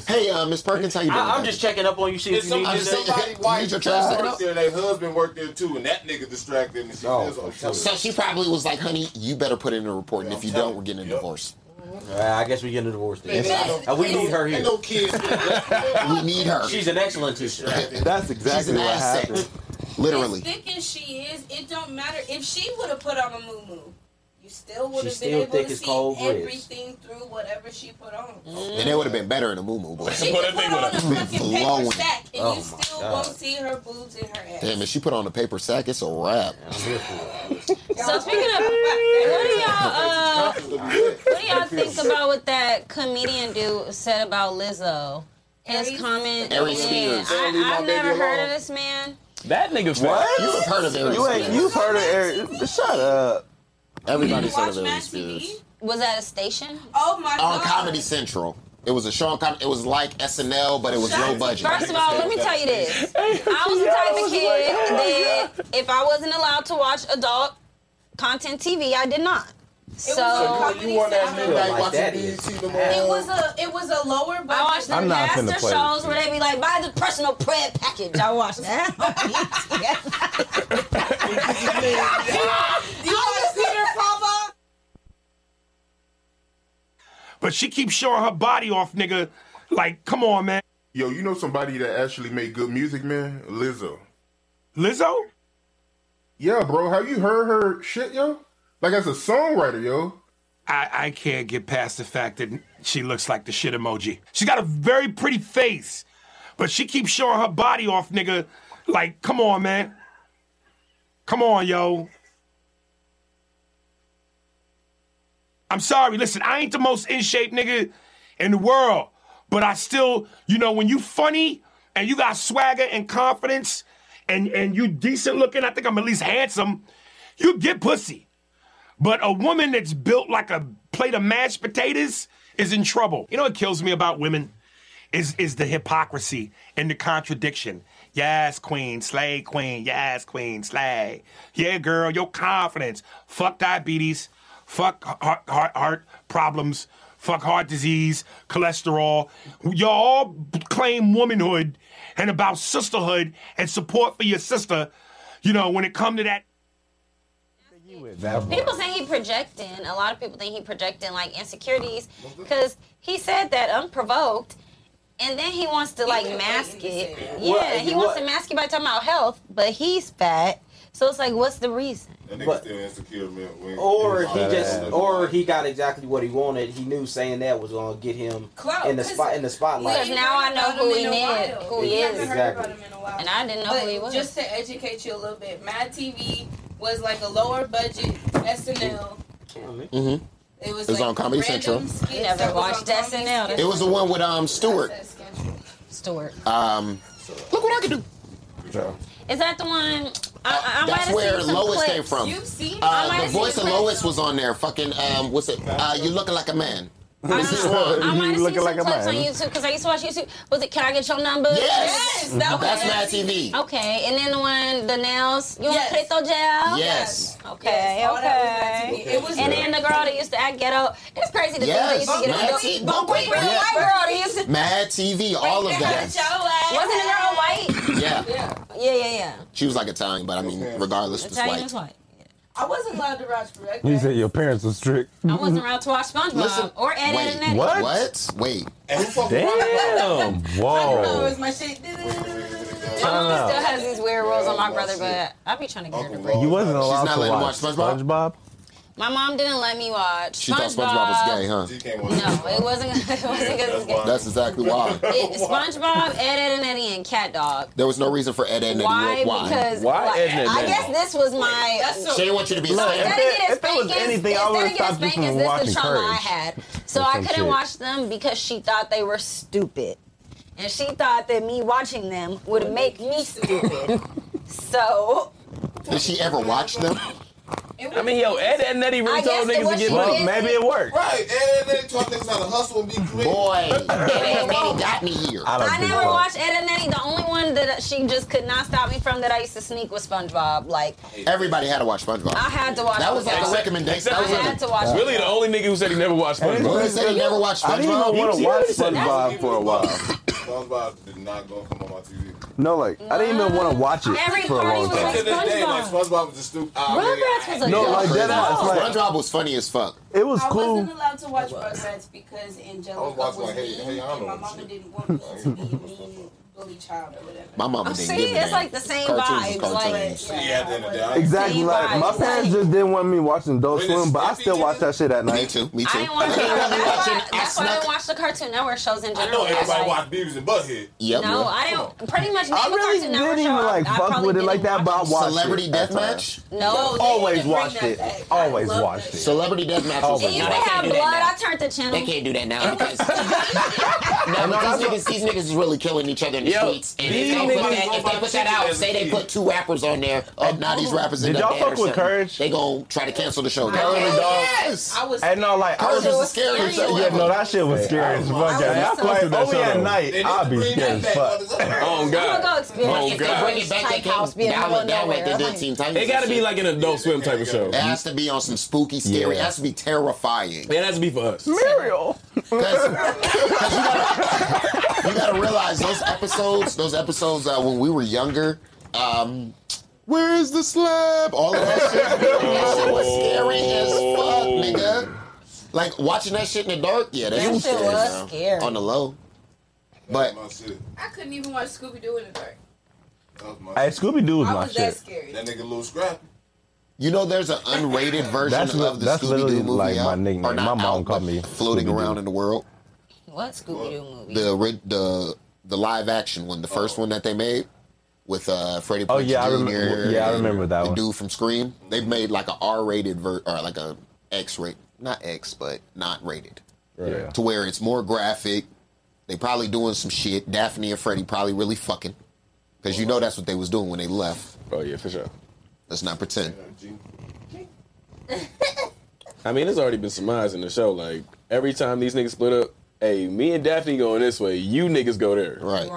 Hey, uh, Miss Perkins, how you doing? I, I'm just checking up on you, see if If you need somebody, I'm this. saying- somebody You white just trying to- worked there, their husband worked there too, and that nigga distracted and she No, feels for oh, sure. so she probably was like, "Honey, you better put in a report, and if you don't, we're getting a divorce. Alright, I guess we getting a divorce then. Ain't And we no- need her ain't here. no kids. We need her. She's an excellent teacher. That's She's exactly an what asset, happened. literally." As thick as she is, it don't matter. If she would have put on a moo moo, you still would She's have been still able thick to as cold Mm. see grits. everything through whatever she put on. And it would have been better in a moo boy. She Boy, that could put thing on would've a fucking flowing. paper sack, and Oh you my still God. won't see her boobs and her ass. Damn, if she put on a paper sack, it's a wrap. So speaking of, what do y'all uh, what do y'all think about what that comedian dude said about Lizzo? His Aries? comment. Aries Yeah, Spears. Don't leave I, my I've baby never heard alone. of this man. That nigga fat. What? You have heard of Aries You ain't. Spears. You've heard of Eric. Shut up. Everybody's heard Watch of Mad Aries TV. Spears. Was at a station. Oh my On God. Comedy Central. It was a show on comedy. It was like SNL, but it was low budget. First of all, let me tell you this. I was oh the type of kid that if I wasn't allowed to watch adult content TV, I did not. It So was a I comedy you want that set. nigga midnight like watching that BET It tomorrow? was a it was a lower budget. watched the I'm not master finna play shows with where they be like, buy the personal prayer package. I watched that. Do you want to see her pop up? But she keeps showing her body off, nigga. Like, come on, man. Yo, you know somebody that actually make good music, man? Lizzo. Lizzo? Yeah, bro. Have you heard her shit, yo? Like as a songwriter, yo. I, I can't get past the fact that she looks like the shit emoji. She got a very pretty face, but she keeps showing her body off, nigga. Like, come on, man. Come on, yo. I'm sorry. Listen, I ain't the most in shape nigga in the world, but I still, you know, when you funny and you got swagger and confidence and and you decent looking, I think I'm at least handsome. You get pussy. But a woman that's built like a plate of mashed potatoes is in trouble. You know what kills me about women is is the hypocrisy and the contradiction. Yes, queen, slay queen. Yes, queen, slay. Yeah, girl, your confidence. Fuck diabetes. Fuck heart heart, heart problems. Fuck heart disease, cholesterol. Y'all claim womanhood and about sisterhood and support for your sister. You know, when it come to that People think he projecting. A lot of people think he projecting like insecurities because he said that unprovoked, and then he wants to like mask it. Yeah, Well, he you wants what? to mask it by talking about health, but he's fat. So it's like, what's the reason? That nigga still insecure, man. When- Or he Badass. just, or he got exactly what he wanted. He knew saying that was gonna get him Clout, in the 'cause- spot in the spotlight. Because now I know who he is, who he is, Exactly. and I didn't know but who he was. Just to educate you a little bit, Mad TV was like a lower budget SNL. Mm-hmm. It was, It was like on Comedy random Central. skits You never that was on watched Comedy SNL. Central. It was the one with um Stewart. Stewart. Um, look what I can do. Uh, Is that the one? I, I, I might That's have where seen some Lois clips. came from. You've seen I might Uh, the have seen voice of clips. Lois was on there. Fucking um, what's it? Uh, you looking like a man. This is one. I might have seen some clips on YouTube because I used to watch YouTube. Was it? Can I get your number? Yes. Yes, Oh, that That's was- Mad TV. Okay, and then the one the nails. You want Preto gel? Yes. Okay. Yes, all that okay. was Mad TV. It was and good. then the girl that used to act ghetto. It's crazy. The Yes, girl that used to Mad get T- a But quick, real Yes. white girl. that used to- Mad TV, all of that. Wasn't the girl white? Yeah. Yeah, yeah, yeah. She was like Italian, but I mean, regardless, it's Italian white. was white. I wasn't allowed to watch Red. He said your parents was strict. I wasn't around to watch SpongeBob Mm-hmm. Listen, or Ed, Ed, and Eddie. What? What? Wait. Damn. Oh, Whoa. is my shit. My mom still has these weird rules on my brother, but I be trying to get her to break. You wasn't allowed not to letting watch him watch SpongeBob. My mom didn't let me watch. She thought SpongeBob was gay, huh? No, it wasn't. It wasn't good. It That's exactly why. It, SpongeBob, Ed, Ed, and Eddie, and Cat Dog. There was no reason for Ed, Ed, and Eddie. Why? Why? Because like, I guess this was my. so- She didn't want you to be Look, spanked. Instead of If it- if it was getting spankings- anything, I instead of would've stopped getting you from spankings, this watching is the trauma I Courage. had. So Or I some couldn't shit. watch them because she thought they were stupid, and she thought that me watching them would make me stupid. so Did she ever watch them? I mean, yo, Ed, Ed and Eddie I really guess told it niggas to was get your money. business. Maybe it worked. Right, and then they taught niggas how to hustle and be quick. Boy, Ed, and Eddie got me here. I, never watched Ed and Eddie. The only one that she just could not stop me from that I used to sneak was SpongeBob. Like Everybody had to watch SpongeBob. I had to watch. That was like a SpongeBob. recommendation. I That was had to watch. Really, the only nigga who said he never watched SpongeBob. Willie said he never watched I didn't even SpongeBob. want to You watch said that. SpongeBob for a while. SpongeBob did not go come on my TV. No, like I didn't even want to watch it for a long Like, to time. this day, like SpongeBob was just stupid. Ah, Rugrats nigga, was I- No, like Crazy. that ass. Like SpongeBob was funny as fuck. it was I cool. wasn't allowed to watch Rugrats because Angelica was watching like, hey, mean, hey, I and know my what mama didn't want me to be a mean bully child or whatever. My mama Oh, didn't see, give a it's damn. like the same cartoons vibes, Is like- cartoons. Yeah, at the end of the day, I- Exactly, See, like my right. parents just didn't want me watching Adult When it's Swim, but I still watch that shit at Me night. too. Me I too. didn't watch. That's why, that's why I didn't watch the Cartoon Network shows in general. I know Like, everybody watched Beavis and Butthead. Yep. No, I didn't. Pretty much. I name a really Cartoon didn't Network even show, I- like I fuck probably with it didn't like that, but I watch watched Celebrity it. at times. Deathmatch. it. No, they Always need to bring watched that it. back. I Always love watched that it. Celebrity Deathmatch. Always. was- It used Nah, to they can't have do that blood. now. I turned the channel. They can't do that now because no, but these, niggas, these niggas is really killing each other in the Yo, streets. And if these they, put niggas- that, if they put that out, say they put two rappers on there, oh, now these rappers in Did the y'all band fuck or with something, Courage? They gonna try to cancel the show. Courage, Hell dog. yes! was And no, like I Courage is the was. scariest show Yeah, ever. no, that shit was scary as fuck. I I was fucked with that like, shit only at at night. I'd be scared as fuck. Oh I'm gonna go God. experience Oh, the If they God. bring it back, they Type house can't being in the download middle down of like they nowhere. did Teen Titans. It gotta and be shit. like an Adult Swim type of show. It has to be on some spooky, scary. Yeah. It has to be terrifying. It has to be for us. Muriel. You gotta realize those episodes, those episodes uh, when we were younger, um, where's the slab? All of that shit. that shit was Oh. scary as fuck, nigga. Like watching that shit in the dark, yeah, that, That was shit scary, was bro. scary. On the low. But My shit. I couldn't even watch Scooby Doo in the dark. That was my Hey, shit. Scooby Doo was I my was that shit. scary. That nigga little scrappy. you know there's an unrated version That's li- of the that's Scooby literally Doo movie. like my out, nickname. or not My mom out, called but me floating Scooby-Doo. around in the world. What Scooby Doo movie? The ri- the the live action one, the first one that they made with uh Freddie Oh, Prinze yeah, I Jr. remember- yeah, I and remember that the one. dude from Scream. They made like a R rated ver or like a X rated, not X, but not rated, Yeah. to where it's more graphic. They probably doing some shit. Daphne and Freddie probably really fucking, because you know that's what they was doing when they left. Oh yeah, for sure. Let's not pretend. I mean, it's already been surmised in the show. Like every time these niggas split up, Hey, me and Daphne going this way. You niggas go there. Right.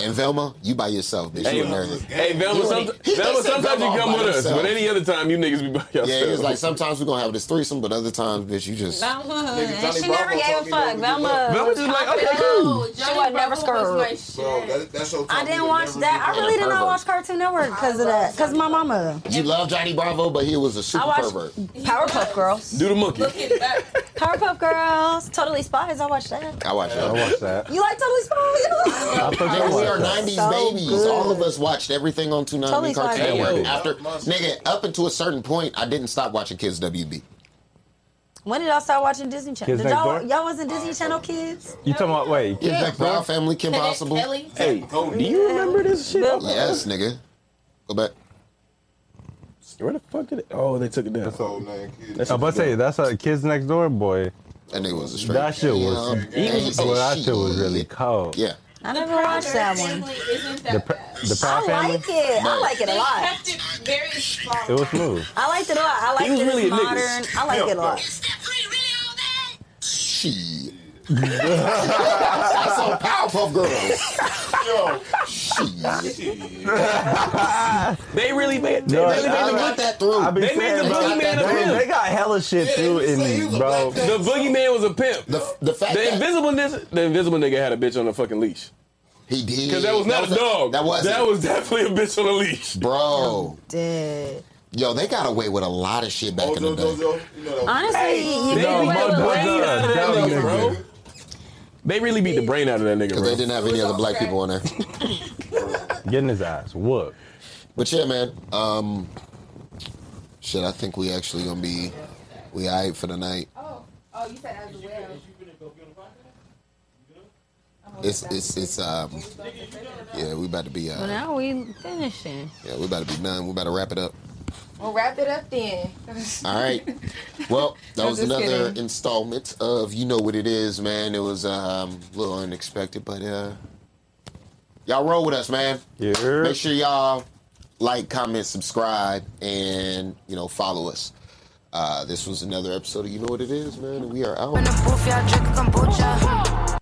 And Velma, you by yourself, bitch. Hey, you a nerd. hey, Velma, somet- Velma, sometimes you come with us, but any other time, you niggas be by yourself. Yeah, he was like, sometimes we're gonna have this threesome, but other times, bitch, you just. Velma, Nigga, and Johnny she Bravo never gave taught a me never fuck. to Velma, give up. Velma just like, okay, cool. She was never scared. Bro, that, that's your I didn't watch that. I give really up. did not Pervert. watch Cartoon Network because of that. Because my mama. You love Johnny Bravo, but he was a super I watched pervert. Powerpuff Girls. Do the monkey. Powerpuff Girls. Totally Spies. I watched that. I watched that. I watched that. You like Totally Spies? Nigga, we are '90s So babies. good. All of us watched everything on Toonami Totally and Cartoon fine. Network. Hey, yo. After nigga, up until a certain point, I didn't stop watching Kids WB. When did y'all start watching Disney Channel? Kids Did Next y'all Door? y'all wasn't Disney Channel kids? You talking about wait? Kids Yeah, Next Proud Door? Family, Kim Cadet Possible. Kelly. Hey, do Cody. you remember this shit? Yes, nigga. Go back. Where the fuck did it? Oh, they took it down. That's I'm about to say that's a kids next door boy. That nigga was a straight- That shit Yeah, was. yeah, yeah. well, that shit was really cold. Yeah. I never watched that one. The pr- the Proud Family. I like it. I like it a They lot. kept it very small. It was smooth. I liked it a lot. I liked was it really a as nigga. modern. I liked it a lot. She. I saw Powerpuff Girls. Yo, they really made. No, they really I- made I the got that through. I be They made saying, the bro, boogeyman a they, pimp. they got hella shit through in me, bro. The boogeyman was a pimp. The, the fact the invisible nigga, the invisible nigga had a bitch on a fucking leash. He did. Cause that was That not was a a- dog. that wasn't. That was definitely a bitch on a leash. Bro. Dead. Yo, they got away with a lot of shit back in the day. Honestly, you they know beat what the was- brain out of that That was nigga, bro. They really beat the brain out of that nigga, bro. They didn't have any other black people on there. Getting his ass whooped. But yeah, man. Um, shit, I think we actually gonna be we alright for the night. Oh, oh, you said as well. It's it's it's um, yeah, we about to be Well, uh, now we finishing. yeah, we about to be done. We about to wrap it up. We'll wrap it up then. All right. Well, that I'm was just another kidding. installment of you know what it is, man. It was um, a little unexpected, but uh, y'all roll with us, man. Yeah. Make sure y'all like, comment, subscribe, and you know follow us. Uh, this was another episode of you know what it is, man. And we are out. booth, y'all drink kombucha.